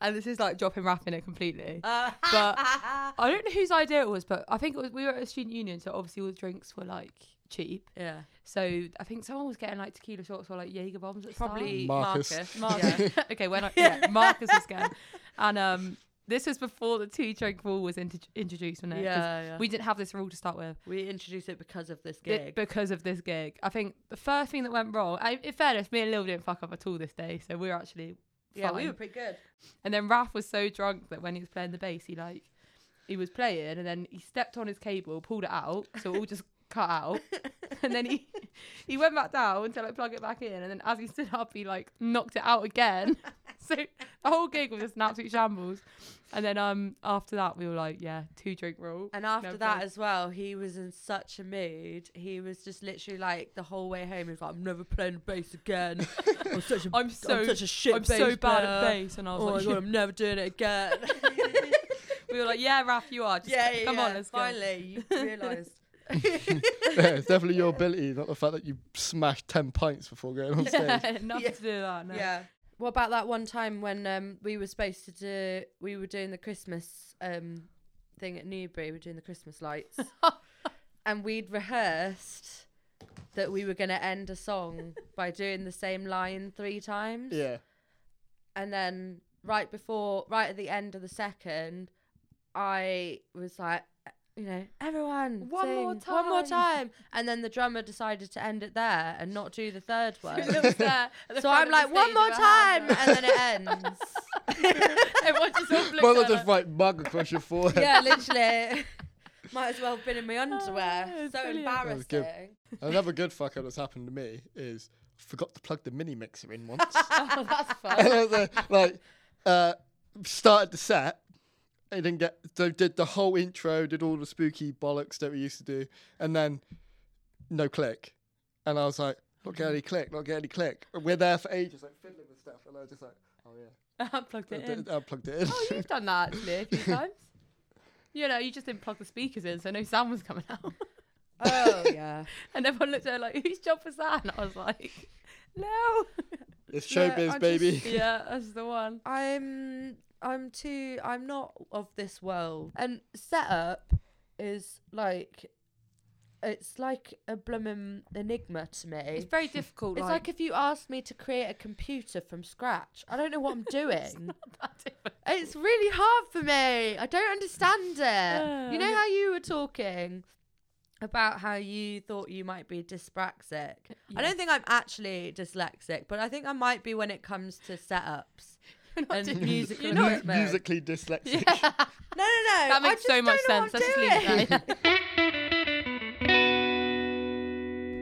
Speaker 3: and this is like dropping rapping it completely. but I don't know whose idea it was, but I think it was we were at a student union, so obviously all the drinks were like cheap.
Speaker 1: Yeah,
Speaker 3: So I think someone was getting like tequila shots or like Jaeger bombs at the start.
Speaker 1: probably
Speaker 2: Marcus.
Speaker 1: Marcus.
Speaker 3: Marcus. okay, when I, yeah, Marcus was going, and um, this was before the two drink rule was int- introduced, wasn't
Speaker 1: Yeah,
Speaker 3: it? 'Cause
Speaker 1: yeah. yeah.
Speaker 3: we
Speaker 1: We
Speaker 3: didn't have this rule to start with
Speaker 1: we introduced it because of this
Speaker 3: it-
Speaker 1: gig.
Speaker 3: because of this gig. I think the first thing that went wrong. I, in fairness, me and Lil didn't fuck up at all this day, so we were actually
Speaker 1: yeah,
Speaker 3: fine.
Speaker 1: we were pretty good.
Speaker 3: And then Raph was so drunk that when he was playing the bass, he like he was playing, and then he stepped on his cable, pulled it out, so it all just cut out. And then he he went back down to like plug it back in, and then as he stood up, he like knocked it out again. So the whole gig was just an absolute shambles. And then um after that, we were like, yeah, two drink rule.
Speaker 1: And after
Speaker 3: No
Speaker 1: that
Speaker 3: problem.
Speaker 1: as well, he was in such a mood. He was just literally like the whole way home. He was like, "I'm never playing bass again. I'm such a,
Speaker 3: I'm so
Speaker 1: I'm such a shit
Speaker 3: I'm
Speaker 1: bass
Speaker 3: so bad at
Speaker 1: player.
Speaker 3: bass, and I was
Speaker 1: Oh
Speaker 3: like,
Speaker 1: my god, I'm never doing it again."
Speaker 3: we were like, yeah, Raph, you are. Just
Speaker 1: yeah, yeah,
Speaker 3: come
Speaker 1: yeah.
Speaker 3: on, let's go.
Speaker 1: finally you realised.
Speaker 2: yeah, it's definitely your ability, not the fact that you smashed ten pints before going on stage.
Speaker 3: Yeah, nothing
Speaker 1: Yeah.
Speaker 3: to do with that. No.
Speaker 1: Yeah. What about that one time when um, we were supposed to do? We were doing the Christmas um, thing at Newbury. We were doing the Christmas lights, and we'd rehearsed that we were going to end a song by doing the same line three times.
Speaker 2: Yeah,
Speaker 1: and then right before right at the end of the second i was like you know everyone
Speaker 3: One more
Speaker 1: sing one more
Speaker 3: time."
Speaker 1: time and then the drummer decided to end it there and not do the third one
Speaker 3: It was there at the
Speaker 1: so
Speaker 3: front
Speaker 1: i'm
Speaker 3: of the
Speaker 1: like one
Speaker 3: stage
Speaker 1: more
Speaker 3: with her hand
Speaker 1: time
Speaker 3: up.
Speaker 1: and then it ends
Speaker 3: Everyone just all looked
Speaker 2: mother
Speaker 3: at
Speaker 2: just
Speaker 3: her.
Speaker 2: write mug across your forehead.
Speaker 1: yeah literally might as well have been in my
Speaker 3: Oh,
Speaker 1: underwear
Speaker 3: it's
Speaker 1: so
Speaker 3: brilliant.
Speaker 2: That was good.
Speaker 1: embarrassing
Speaker 2: Another good fuck up that's happened to me is forgot to plug the mini mixer in once.
Speaker 3: Oh, that's
Speaker 2: And
Speaker 3: fun.
Speaker 2: I was like, like, uh, started the set. And didn't get so did the whole intro, did all the spooky bollocks that we used to do, and then no click. And I was like, not get any click, not get any click. And we're there for ages, like fiddling with stuff, and I was just like, oh yeah,
Speaker 3: I plugged it
Speaker 2: I,
Speaker 3: in.
Speaker 2: did- I plugged it in.
Speaker 3: Oh, you've done that actually a few times. You know, you just didn't plug the speakers in, so no sound was coming out.
Speaker 1: oh yeah
Speaker 3: And everyone looked at her like, whose job was that? And I was like, no.
Speaker 2: it's
Speaker 1: Yeah,
Speaker 2: showbiz,
Speaker 1: I
Speaker 2: baby.
Speaker 1: just-
Speaker 3: yeah, that's the one.
Speaker 1: I'm I'm too I'm not of this world. And setup is like it's like a blooming enigma to me.
Speaker 3: It's
Speaker 1: It's,
Speaker 3: very difficult.
Speaker 1: like, if you asked me to create a computer from scratch. I don't know what I'm doing. it's really hard for me. I don't understand it. you know
Speaker 3: Uh,
Speaker 1: how you were talking about how you thought you might be dyspraxic. I don't think I'm actually dyslexic, but I think I might be when it comes to setups and musical
Speaker 3: You're not-
Speaker 2: Mu-
Speaker 1: equipment.
Speaker 2: musically dyslexic.
Speaker 3: Yeah.
Speaker 1: No, no, no.
Speaker 3: That
Speaker 1: I
Speaker 3: makes
Speaker 1: just
Speaker 3: so much
Speaker 1: don't know
Speaker 3: sense.
Speaker 1: what I'm
Speaker 3: Let's just leave it
Speaker 1: doing. so
Speaker 3: there.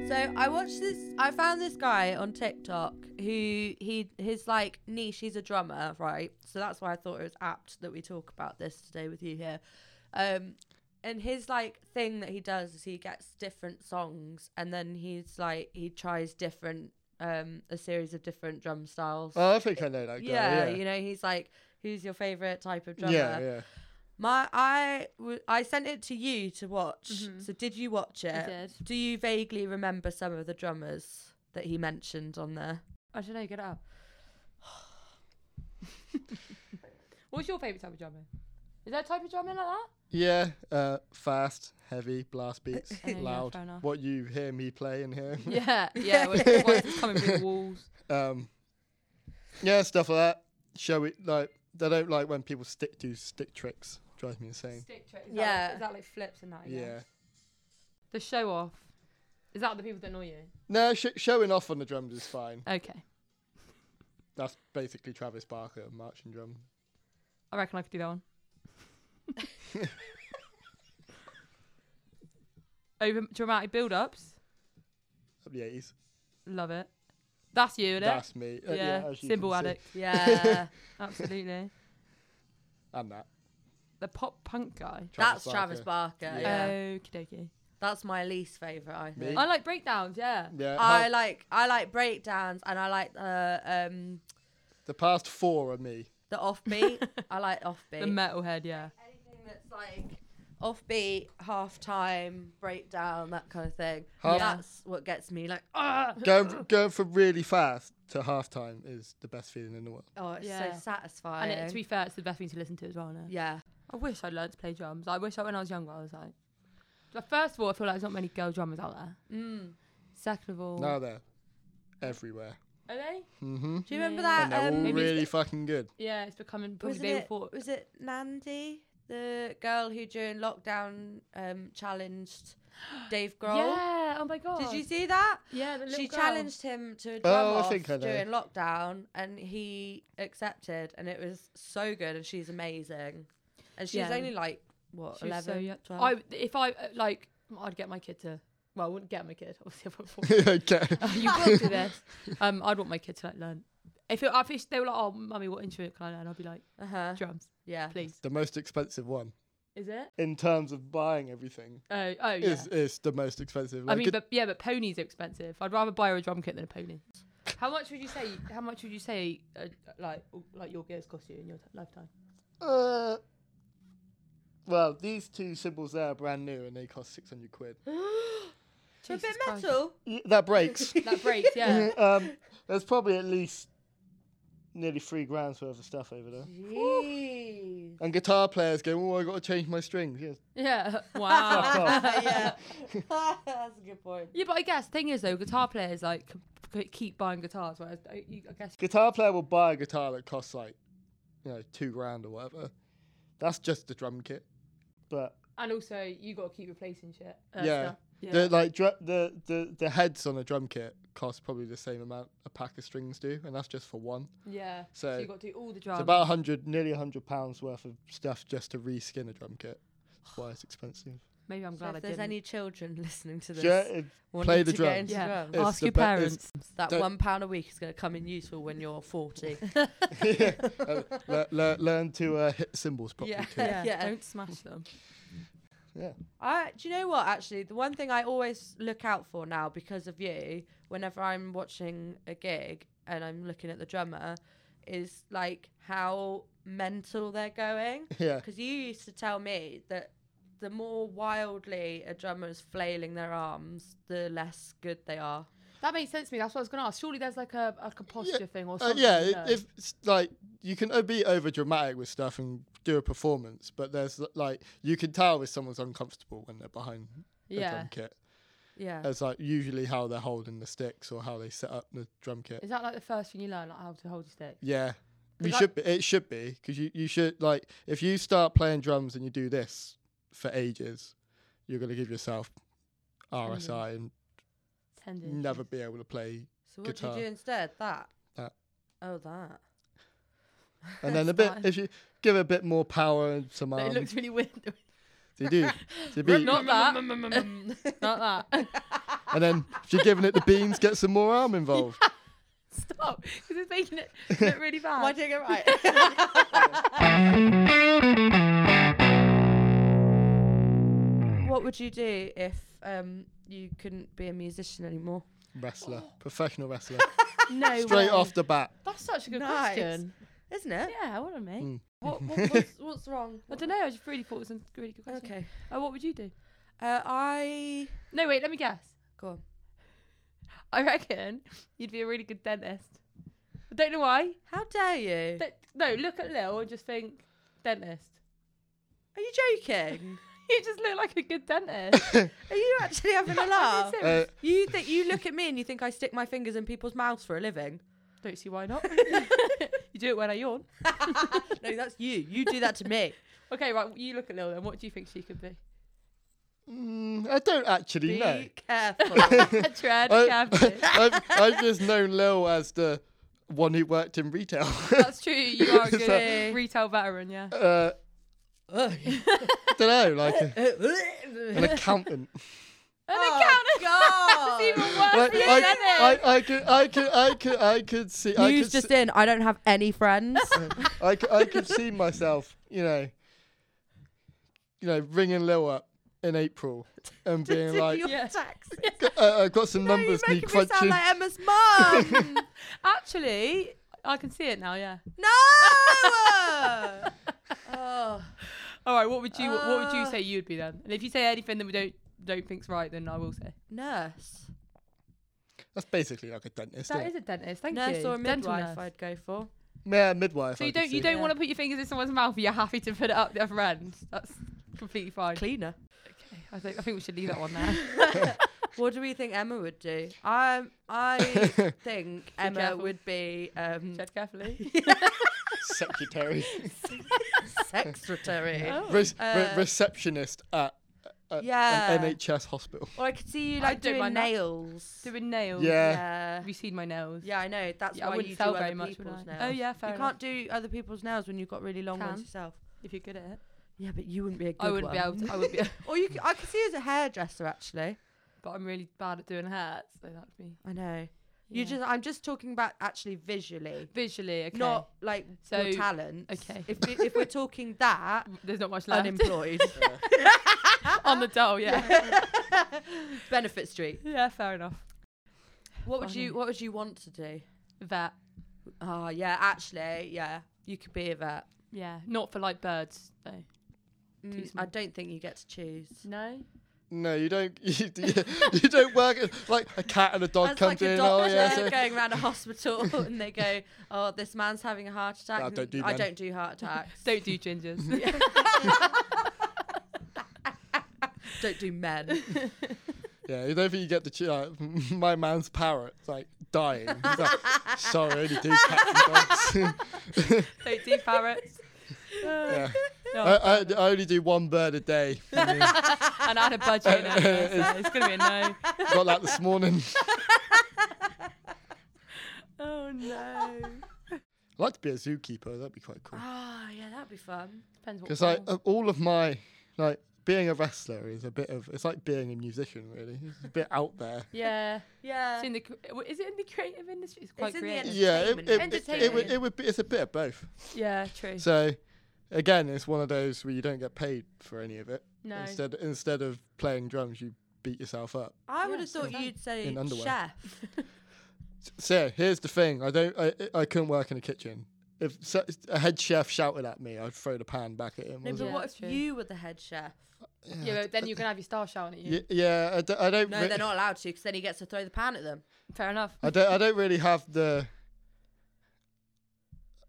Speaker 1: So I watched this. I found this guy on TikTok who he his like niche. He's a drummer, right? So that's why I thought it was apt that we talk about this today with you here. Um, and his like thing that he does is he gets different songs and then he's like he tries different um a series of different drum styles.
Speaker 2: Oh, I think I know that guy.
Speaker 1: yeah,
Speaker 2: Yeah,
Speaker 1: you know he's like who's your favorite type of drummer?
Speaker 2: yeah, yeah.
Speaker 1: My I w- I sent it to you to watch.
Speaker 3: Mhm.
Speaker 1: So did you watch it?
Speaker 3: did.
Speaker 1: Do you vaguely remember some of the drummers that he mentioned on there?
Speaker 3: I don't know. Get it up. What's your favourite type of drumming? Is that type of drumming like that?
Speaker 2: Yeah, uh, fast, heavy, blast beats,
Speaker 3: Oh, yeah,
Speaker 2: loud.
Speaker 3: fair enough.
Speaker 2: what you hear me play and hear.
Speaker 3: yeah, yeah. When the voice is coming through the walls.
Speaker 2: Um, yeah, stuff like that. Show it like they don't like when people stick to stick tricks. Drives me insane.
Speaker 3: Stick trick.
Speaker 1: is that like- is
Speaker 3: that like flips and that?
Speaker 2: Yeah.
Speaker 3: The show off. Is that the people that annoy you?
Speaker 2: No, sh- showing off on the drums is fine.
Speaker 3: Okay.
Speaker 2: That's basically Travis Barker and marching drum.
Speaker 3: I reckon I could do that one. Over dramatic build ups.
Speaker 2: of The 80s.
Speaker 3: Love it. That's you, innit?
Speaker 2: That's me. Uh,
Speaker 3: yeah.
Speaker 2: as you
Speaker 3: Symbol
Speaker 2: can see.
Speaker 3: addict.
Speaker 1: Yeah,
Speaker 3: Absolutely.
Speaker 2: I'm that.
Speaker 3: the pop punk guy.
Speaker 1: that's Travis
Speaker 2: Barker.
Speaker 1: Barker. Yeah,
Speaker 2: Yeah.
Speaker 3: Okie dokie.
Speaker 1: that's my least favorite. I
Speaker 2: Me? Uh,
Speaker 1: think.
Speaker 3: I like breakdowns, yeah.
Speaker 2: Yeah,
Speaker 1: I
Speaker 2: how-
Speaker 1: like I like breakdowns and I like the um
Speaker 2: the past four are me.
Speaker 1: the offbeat. I like offbeat.
Speaker 3: The metalhead, yeah.
Speaker 1: Anything that's like offbeat, half time, breakdown, that kind of thing.
Speaker 2: Half-
Speaker 1: That's what gets me like ah.
Speaker 2: Going, going from really fast to half time is the best feeling in the world.
Speaker 1: Oh, it's
Speaker 3: Yeah.
Speaker 1: so satisfying.
Speaker 3: And it, to be fair, it's the best thing to listen to as well, no?
Speaker 1: yeah.
Speaker 3: I wish I learned to play drums. I wish I, when I was younger, I was like, like, first of all, I feel like there's not many girl drummers out there.
Speaker 1: Mm.
Speaker 3: Second of all,
Speaker 2: Now they're everywhere.
Speaker 3: are they?
Speaker 2: hmm
Speaker 1: Do you remember
Speaker 3: Yeah.
Speaker 2: And they're
Speaker 1: that?
Speaker 2: all
Speaker 1: Um,
Speaker 3: Maybe it's
Speaker 2: really
Speaker 3: the-
Speaker 2: fucking good.
Speaker 3: Yeah, it's becoming probably
Speaker 1: was
Speaker 3: they all
Speaker 1: it
Speaker 3: thought.
Speaker 1: was it Nandi, the girl who during lockdown um, challenged Dave Grohl?
Speaker 3: Yeah, oh my god.
Speaker 1: Did you see that?
Speaker 3: Yeah, the little
Speaker 1: She
Speaker 3: girl.
Speaker 1: challenged him to a drum
Speaker 2: Oh, I
Speaker 1: off
Speaker 2: think I know.
Speaker 1: during lockdown, and he accepted, and it was so good, and she's amazing, and she's
Speaker 3: Yeah.
Speaker 1: only like what
Speaker 3: She was so
Speaker 1: 11,
Speaker 3: young.
Speaker 1: 12?
Speaker 3: I if I uh, like, I'd get my kid to. Well, I wouldn't get my kid. Obviously, I wouldn't
Speaker 2: okay.
Speaker 3: oh, you will do this. Um, I'd want my kid to like learn. If it, I wish they were like, oh, mummy, what instrument can I learn? I'd be like,
Speaker 1: Uh huh.
Speaker 3: drums,
Speaker 1: Yeah.
Speaker 3: please.
Speaker 2: the most expensive one
Speaker 3: Is it?
Speaker 2: in terms of buying everything
Speaker 3: Oh, oh yeah.
Speaker 2: is is the most expensive.
Speaker 3: I
Speaker 2: Like,
Speaker 3: mean,
Speaker 2: it-
Speaker 3: but yeah, but ponies are expensive. I'd rather buy her a drum kit than a pony. How much would you say? How much would you say, uh, like, like your gears cost you in your t- lifetime?
Speaker 2: uh, well, these two symbols there are brand new and they cost six hundred quid.
Speaker 1: For a
Speaker 3: Jesus
Speaker 1: bit
Speaker 3: Christ.
Speaker 1: metal.
Speaker 2: Y- That breaks.
Speaker 3: That breaks, yeah.
Speaker 2: um, there's probably at least nearly three grand's worth of stuff over there.
Speaker 1: Jeez.
Speaker 2: And guitar players go, oh, I got to change my strings. Yes.
Speaker 3: yeah. Mm-hmm. Wow.
Speaker 2: Oh.
Speaker 1: yeah. That's a good point.
Speaker 3: Yeah, but I guess thing is though, guitar players like c- c- keep buying guitars, whereas I, you, I guess
Speaker 2: Guitar player will buy a guitar that costs like, you know, two grand or whatever. That's just the drum kit. But
Speaker 3: and also you got to keep replacing shit. Uh,
Speaker 2: Yeah.
Speaker 3: stuff. yeah.
Speaker 2: The like dr- the, the the heads on a drum kit cost probably the same amount a pack of strings do, and that's just for one.
Speaker 3: Yeah. So,
Speaker 2: So
Speaker 3: you got to do all the drums.
Speaker 2: it's about hundred, nearly hundred pounds worth of stuff just to reskin a drum kit. That's why it's expensive.
Speaker 3: Maybe I'm
Speaker 1: So
Speaker 3: glad I
Speaker 1: if there's
Speaker 3: didn't.
Speaker 1: any children listening to this,
Speaker 2: Yeah, it-
Speaker 1: wanting
Speaker 2: play the
Speaker 1: to get
Speaker 2: drums.
Speaker 1: into
Speaker 3: yeah.
Speaker 1: drums,
Speaker 2: It's
Speaker 3: Ask
Speaker 2: the
Speaker 3: your
Speaker 2: be- it's-
Speaker 3: parents.
Speaker 1: that
Speaker 2: don't-
Speaker 1: one pound a week is going to come in useful when you're 40.
Speaker 2: uh, le- le- learn to uh, hit cymbals properly.
Speaker 1: Yeah.
Speaker 2: Too.
Speaker 3: Yeah.
Speaker 1: Yeah.
Speaker 3: Don't smash them.
Speaker 2: yeah.
Speaker 1: I, do you know what? Actually, the one thing I always look out for now because of you, whenever I'm watching a gig and I'm looking at the drummer, is like how mental they're going.
Speaker 2: Yeah.
Speaker 1: Because you used to tell me that the more wildly a drummer's flailing their arms, the less good they are.
Speaker 3: That makes sense to me. That's what I was going to ask. Surely there's like a, like a posture thing or
Speaker 2: Uh,
Speaker 3: something.
Speaker 2: yeah,
Speaker 3: no?
Speaker 2: i- if it's like you can o- be over dramatic with stuff and do a performance, but there's like you can tell if someone's uncomfortable when they're behind a
Speaker 3: yeah.
Speaker 2: drum kit.
Speaker 1: Yeah.
Speaker 2: That's like usually how they're holding the sticks or how they set up the drum kit.
Speaker 3: Is that like the first thing you learn, like how to hold your stick?
Speaker 2: Yeah, we
Speaker 3: like-
Speaker 2: should. Be, it should be because you you should like if you start playing drums and you do this for ages, you're gonna give yourself
Speaker 3: Mm.
Speaker 2: RSI and
Speaker 3: Tendon.
Speaker 2: never be able to play.
Speaker 1: so what do
Speaker 2: guitar.
Speaker 1: you do instead? That.
Speaker 2: That.
Speaker 1: Oh, that.
Speaker 2: And then a
Speaker 3: That's
Speaker 2: bit
Speaker 3: fine.
Speaker 2: if you give a bit more power and some
Speaker 3: But
Speaker 2: arm,
Speaker 3: it looks really weird.
Speaker 2: they do. To be
Speaker 3: Not that. Not that.
Speaker 2: and then if you're giving it the beans, get some more arm involved.
Speaker 3: Stop, because it's making it look really bad.
Speaker 1: Am I doing it right? what would you do if um, you couldn't be a musician anymore?
Speaker 2: Wrestler, professional wrestler,
Speaker 3: no,
Speaker 2: straight
Speaker 3: way.
Speaker 2: off the bat.
Speaker 3: That's such a good
Speaker 1: Nice.
Speaker 3: question.
Speaker 1: Isn't it?
Speaker 3: Yeah, I want to make.
Speaker 2: Mm.
Speaker 1: What, what, what's, what's wrong?
Speaker 3: I don't know. I just really thought it was a really good question.
Speaker 1: Okay.
Speaker 3: Uh, what would you do?
Speaker 1: Uh, I
Speaker 3: No, wait. Let me guess.
Speaker 1: go on.
Speaker 3: I reckon you'd be a really good dentist. I don't know why.
Speaker 1: How dare you?
Speaker 3: Don't- no, look at Lil and just think dentist.
Speaker 1: Are you joking?
Speaker 3: You just look like a good dentist.
Speaker 1: Are you actually having a
Speaker 3: I'm
Speaker 1: laugh?
Speaker 3: being
Speaker 2: Uh,
Speaker 3: serious.
Speaker 1: You think you look at me and you think I stick my fingers in people's mouths for a living?
Speaker 3: don't see why not. you do it when I yawn.
Speaker 1: no, that's you. You do that to me.
Speaker 3: Okay, right. You look at Lil then. What do you think she could be?
Speaker 2: Mm, I don't actually
Speaker 1: Be
Speaker 2: know.
Speaker 1: careful.
Speaker 3: Tread
Speaker 2: Uh,
Speaker 3: carefully.
Speaker 2: I've, I've just known Lil as the one who worked in retail.
Speaker 3: That's true. You are a good
Speaker 1: So-
Speaker 3: retail veteran, yeah.
Speaker 2: uh, don't know, like a, an accountant.
Speaker 3: An
Speaker 1: Oh, God.
Speaker 3: accountant. That's even worse.
Speaker 2: Like,
Speaker 3: than
Speaker 2: I,
Speaker 3: dentist.
Speaker 2: I, I could, I could, I could, I could see. I
Speaker 1: News
Speaker 2: could
Speaker 1: just
Speaker 2: see,
Speaker 1: in. I don't have any friends.
Speaker 2: I, could, I could see myself, you know, you know, ringing Lil up in April and being like,
Speaker 1: Your
Speaker 3: Yeah.
Speaker 1: taxes.
Speaker 2: uh, "I've got some
Speaker 1: No, you're
Speaker 2: numbers, need
Speaker 1: making me sound
Speaker 2: crunching."
Speaker 1: like Emma's mum.
Speaker 3: Actually, I can see it now, yeah.
Speaker 1: no. oh.
Speaker 3: All right, what would you what would you
Speaker 1: Uh,
Speaker 3: say you'd be then? And if you say anything that we don't don't think's right, then I will say
Speaker 1: Nurse.
Speaker 2: That's basically like a dentist.
Speaker 3: that
Speaker 2: isn't
Speaker 3: is a dentist. Thank you.
Speaker 1: nurse or a
Speaker 3: Dental
Speaker 1: midwife,
Speaker 3: nurse.
Speaker 1: I'd go for.
Speaker 2: it? yeah, midwife.
Speaker 3: So
Speaker 2: I
Speaker 3: you
Speaker 2: could
Speaker 3: don't you
Speaker 2: see.
Speaker 3: don't
Speaker 1: Yeah.
Speaker 3: want to put your fingers in someone's mouth, but you're happy to put it up the other end. That's completely fine.
Speaker 1: Cleaner.
Speaker 3: Okay, I think I think we should leave that one there.
Speaker 1: What do we think Emma would do? Um, I think Emma
Speaker 3: careful.
Speaker 1: would be um,
Speaker 3: Tread carefully.
Speaker 2: secretary,
Speaker 1: secretary.
Speaker 3: Oh.
Speaker 2: Re-
Speaker 1: Uh,
Speaker 2: re- receptionist at uh,
Speaker 1: Yeah.
Speaker 2: an NHS hospital.
Speaker 1: Or I could see you
Speaker 3: I
Speaker 1: like
Speaker 3: don't
Speaker 1: doing
Speaker 3: mind that.
Speaker 1: nails.
Speaker 3: Doing nails.
Speaker 2: Yeah.
Speaker 1: yeah.
Speaker 3: Have you seen my nails?
Speaker 1: Yeah, I know. That's
Speaker 3: Yeah, I
Speaker 1: why
Speaker 3: wouldn't
Speaker 1: you do
Speaker 3: sell
Speaker 1: other
Speaker 3: very much. would
Speaker 1: people's
Speaker 3: I?
Speaker 1: nails.
Speaker 3: Oh yeah, fair
Speaker 1: you
Speaker 3: enough.
Speaker 1: can't do other people's nails when you've got really long ones
Speaker 3: Can.
Speaker 1: yourself.
Speaker 3: If you're good at it,
Speaker 1: Yeah, but you wouldn't be a good
Speaker 3: I wouldn't be
Speaker 1: one.
Speaker 3: able. To, I would be,
Speaker 1: Or you, c- I could see you as a hairdresser actually.
Speaker 3: but I'm really bad at doing hats, so that'd be.
Speaker 1: I know.
Speaker 3: yeah.
Speaker 1: You just, I'm just talking about actually visually,
Speaker 3: visually okay.
Speaker 1: not like
Speaker 3: So,
Speaker 1: your talents.
Speaker 3: okay.
Speaker 1: If we- if we're talking that,
Speaker 3: There's not much left
Speaker 1: unemployed,
Speaker 3: on the doll. Yeah.
Speaker 1: benefit street.
Speaker 3: yeah, fair enough.
Speaker 1: What would you
Speaker 3: Funny.
Speaker 1: What would you want to do?
Speaker 3: Vet.
Speaker 1: Oh, yeah, actually, yeah, you could be a vet.
Speaker 3: Yeah, not for like birds though.
Speaker 1: Mm,
Speaker 3: small.
Speaker 1: I don't think you get to choose.
Speaker 3: No.
Speaker 2: No, you don't. You, d- you don't work at, like a cat and a dog
Speaker 1: That's
Speaker 2: comes
Speaker 1: like
Speaker 2: in.
Speaker 1: a
Speaker 2: oh
Speaker 1: doctor
Speaker 2: yeah, so-
Speaker 1: going around a hospital and they go, "Oh, this man's having a heart attack." Mm,
Speaker 2: I don't do
Speaker 1: I
Speaker 2: men.
Speaker 1: don't do heart attacks.
Speaker 3: Don't do gingers.
Speaker 1: don't do men.
Speaker 2: yeah. You don't think you get the ch- uh, my man's parrot like dying. He's like, Sorry, I only do cats and dogs.
Speaker 3: Don't do parrots.
Speaker 2: yeah. Uh,
Speaker 3: No,
Speaker 2: I, I, I only do one bird a day. Got
Speaker 3: and I had a budget. in it, so it's gonna be a no.
Speaker 2: that this morning.
Speaker 3: Oh no.
Speaker 2: I'd like to be a zookeeper. That'd be quite cool.
Speaker 1: Ah, yeah, that'd be fun.
Speaker 3: Depends what.
Speaker 2: Because like
Speaker 3: kind.
Speaker 2: uh, all of my like being a wrestler is a bit of it's like being a musician really. It's a bit out there.
Speaker 3: yeah.
Speaker 1: Yeah.
Speaker 3: It's in the. cre- w- Is it in the creative industry? It's quite
Speaker 1: in the
Speaker 3: creative.
Speaker 1: end-
Speaker 2: Yeah, it, it, it, it,
Speaker 1: Entertainment.
Speaker 2: would it would be it's a bit of both.
Speaker 3: yeah. True.
Speaker 2: So again, it's one of those where you don't get paid for any of it.
Speaker 3: no.
Speaker 2: Instead instead of playing drums, you beat yourself up.
Speaker 1: I
Speaker 3: Yeah,
Speaker 1: would have
Speaker 3: so
Speaker 1: thought
Speaker 3: fun.
Speaker 1: you'd say
Speaker 2: In underwear.
Speaker 1: chef.
Speaker 2: So here's the thing: I don't I I couldn't work in a kitchen. If se- a head chef shouted at me, I'd throw the pan back at him.
Speaker 1: No, but
Speaker 2: or
Speaker 3: Yeah,
Speaker 2: something.
Speaker 1: what
Speaker 3: that's
Speaker 1: if
Speaker 3: true.
Speaker 1: you were the head chef?
Speaker 3: Yeah, but then you can have your star shouting at you.
Speaker 2: Y- yeah, I, d- I don't.
Speaker 1: No,
Speaker 2: re-
Speaker 1: they're not allowed to because then he gets to throw the pan at them.
Speaker 3: Fair enough.
Speaker 2: I don't. I don't really have the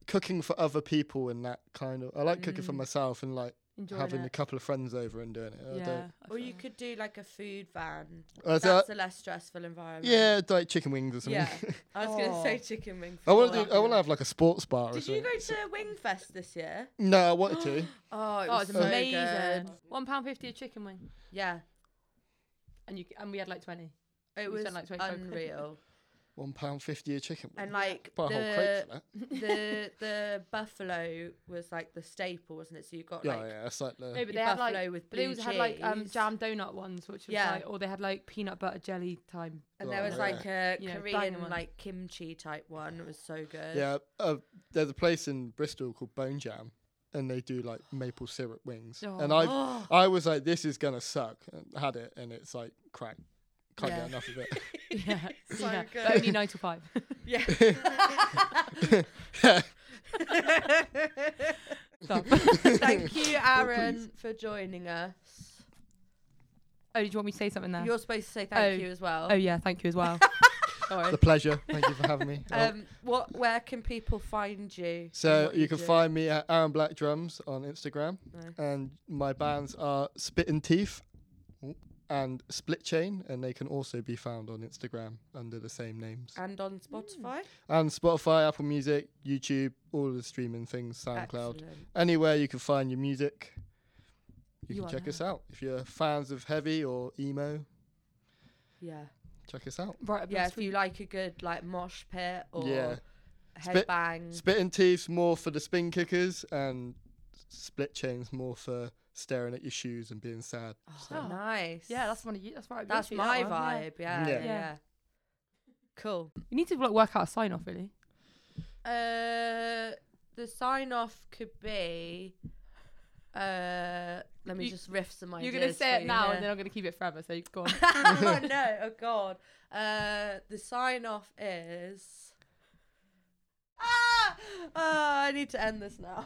Speaker 2: cooking for other people in that kind of. I like cooking for
Speaker 1: Mm.
Speaker 2: myself and like
Speaker 3: Enjoying
Speaker 2: having a
Speaker 3: it.
Speaker 2: couple of friends over and doing it. I
Speaker 3: yeah.
Speaker 2: don't.
Speaker 3: I
Speaker 1: Or
Speaker 3: feel
Speaker 1: you
Speaker 3: that.
Speaker 1: could do like a food van.
Speaker 2: I don't-
Speaker 1: That's a less stressful environment.
Speaker 2: Uh, yeah, I'd like chicken wings or something.
Speaker 1: Yeah. I was going to
Speaker 3: Aw.
Speaker 1: say chicken wings.
Speaker 2: I want
Speaker 1: before
Speaker 2: to
Speaker 1: that.
Speaker 2: do. I want to have like a sports bar. or
Speaker 1: Did you
Speaker 2: something.
Speaker 1: go to Wingfest this year?
Speaker 2: No, I wanted to.
Speaker 1: Oh, it
Speaker 3: Oh,
Speaker 1: was
Speaker 3: it's
Speaker 1: amazing.
Speaker 3: amazing. One pound fifty a chicken wing,
Speaker 1: Yeah,
Speaker 3: and you c- and we had like twenty.
Speaker 1: it
Speaker 3: We
Speaker 1: was
Speaker 3: spent like 25 quid.
Speaker 1: unreal.
Speaker 2: One pound fifty a chicken wing.
Speaker 1: And like
Speaker 2: Buy a whole crate
Speaker 1: the,
Speaker 2: for that.
Speaker 1: the the buffalo was like the staple, wasn't it? So you got
Speaker 2: Yeah,
Speaker 1: like
Speaker 2: yeah, that's like the.
Speaker 3: No, but
Speaker 1: your
Speaker 3: they had
Speaker 1: buffalo
Speaker 3: like
Speaker 1: with
Speaker 3: but
Speaker 1: blue
Speaker 3: they also had like um,
Speaker 1: cheese.
Speaker 3: jam donut ones, which was
Speaker 1: Yeah.
Speaker 3: like, or they had like peanut butter jelly time.
Speaker 1: and there was
Speaker 2: Oh,
Speaker 1: like a
Speaker 3: You know, banging
Speaker 1: Korean
Speaker 3: one.
Speaker 1: like kimchi type one. It was so good.
Speaker 2: Yeah, uh, there's a place in Bristol called Bone Jam, and they do like maple syrup wings. And
Speaker 1: Oh.
Speaker 2: I, I was like, this is gonna suck. And had it, and it's like crack. Can't
Speaker 1: Yeah.
Speaker 2: get enough of it.
Speaker 3: yeah,
Speaker 1: So
Speaker 3: yeah.
Speaker 1: good.
Speaker 3: But only nine to five.
Speaker 1: Yeah.
Speaker 3: Stop.
Speaker 1: Thank you, Aaron, for joining us.
Speaker 3: oh, did you want me to say something there?
Speaker 1: You're supposed to say thank
Speaker 3: Oh.
Speaker 1: you as well.
Speaker 3: oh yeah, thank you as well. Sorry.
Speaker 2: the pleasure. Thank you for having me. Oh,
Speaker 1: Um, what? Where can people find you? and
Speaker 2: so
Speaker 1: what
Speaker 2: you can
Speaker 1: do?
Speaker 2: find me at Aaron Black Drums on Instagram,
Speaker 1: Nice.
Speaker 2: and my bands are Spit and Teeth and Split Chain, and they can also be found on Instagram under the same names.
Speaker 1: and on
Speaker 2: Mm.
Speaker 1: Spotify,
Speaker 2: And Spotify, Apple Music, YouTube, all the streaming things, SoundCloud.
Speaker 1: Excellent.
Speaker 2: anywhere you can find your music, you,
Speaker 3: You
Speaker 2: can
Speaker 3: are
Speaker 2: check
Speaker 3: there.
Speaker 2: us out. If you're fans of heavy or emo,
Speaker 1: Yeah,
Speaker 2: check us out.
Speaker 3: Right. up
Speaker 1: yeah.
Speaker 3: your
Speaker 1: If you
Speaker 3: street.
Speaker 1: like a good like mosh pit or mm.
Speaker 2: Yeah. Spit-
Speaker 1: headbang,
Speaker 2: Spit and Teeth's more for the spin kickers, and Split Chain's more for staring at your shoes and being sad.
Speaker 1: oh,
Speaker 3: Oh.
Speaker 1: nice.
Speaker 3: yeah, that's one of you. That's right. up your
Speaker 1: that's
Speaker 3: street,
Speaker 1: my
Speaker 3: that one, yeah.
Speaker 1: vibe. Yeah.
Speaker 2: Yeah.
Speaker 1: Yeah.
Speaker 2: Yeah.
Speaker 1: Cool.
Speaker 3: You need to like work out a sign off, really.
Speaker 1: Uh, the sign off could be. Uh, let me
Speaker 3: You-
Speaker 1: just riff some ideas.
Speaker 3: You're gonna say
Speaker 1: for
Speaker 3: it
Speaker 1: you
Speaker 3: now,
Speaker 1: here.
Speaker 3: and then I'm gonna keep it forever. So go on.
Speaker 1: oh no, oh god. Uh the sign off is Ah! Oh, I need to end this now.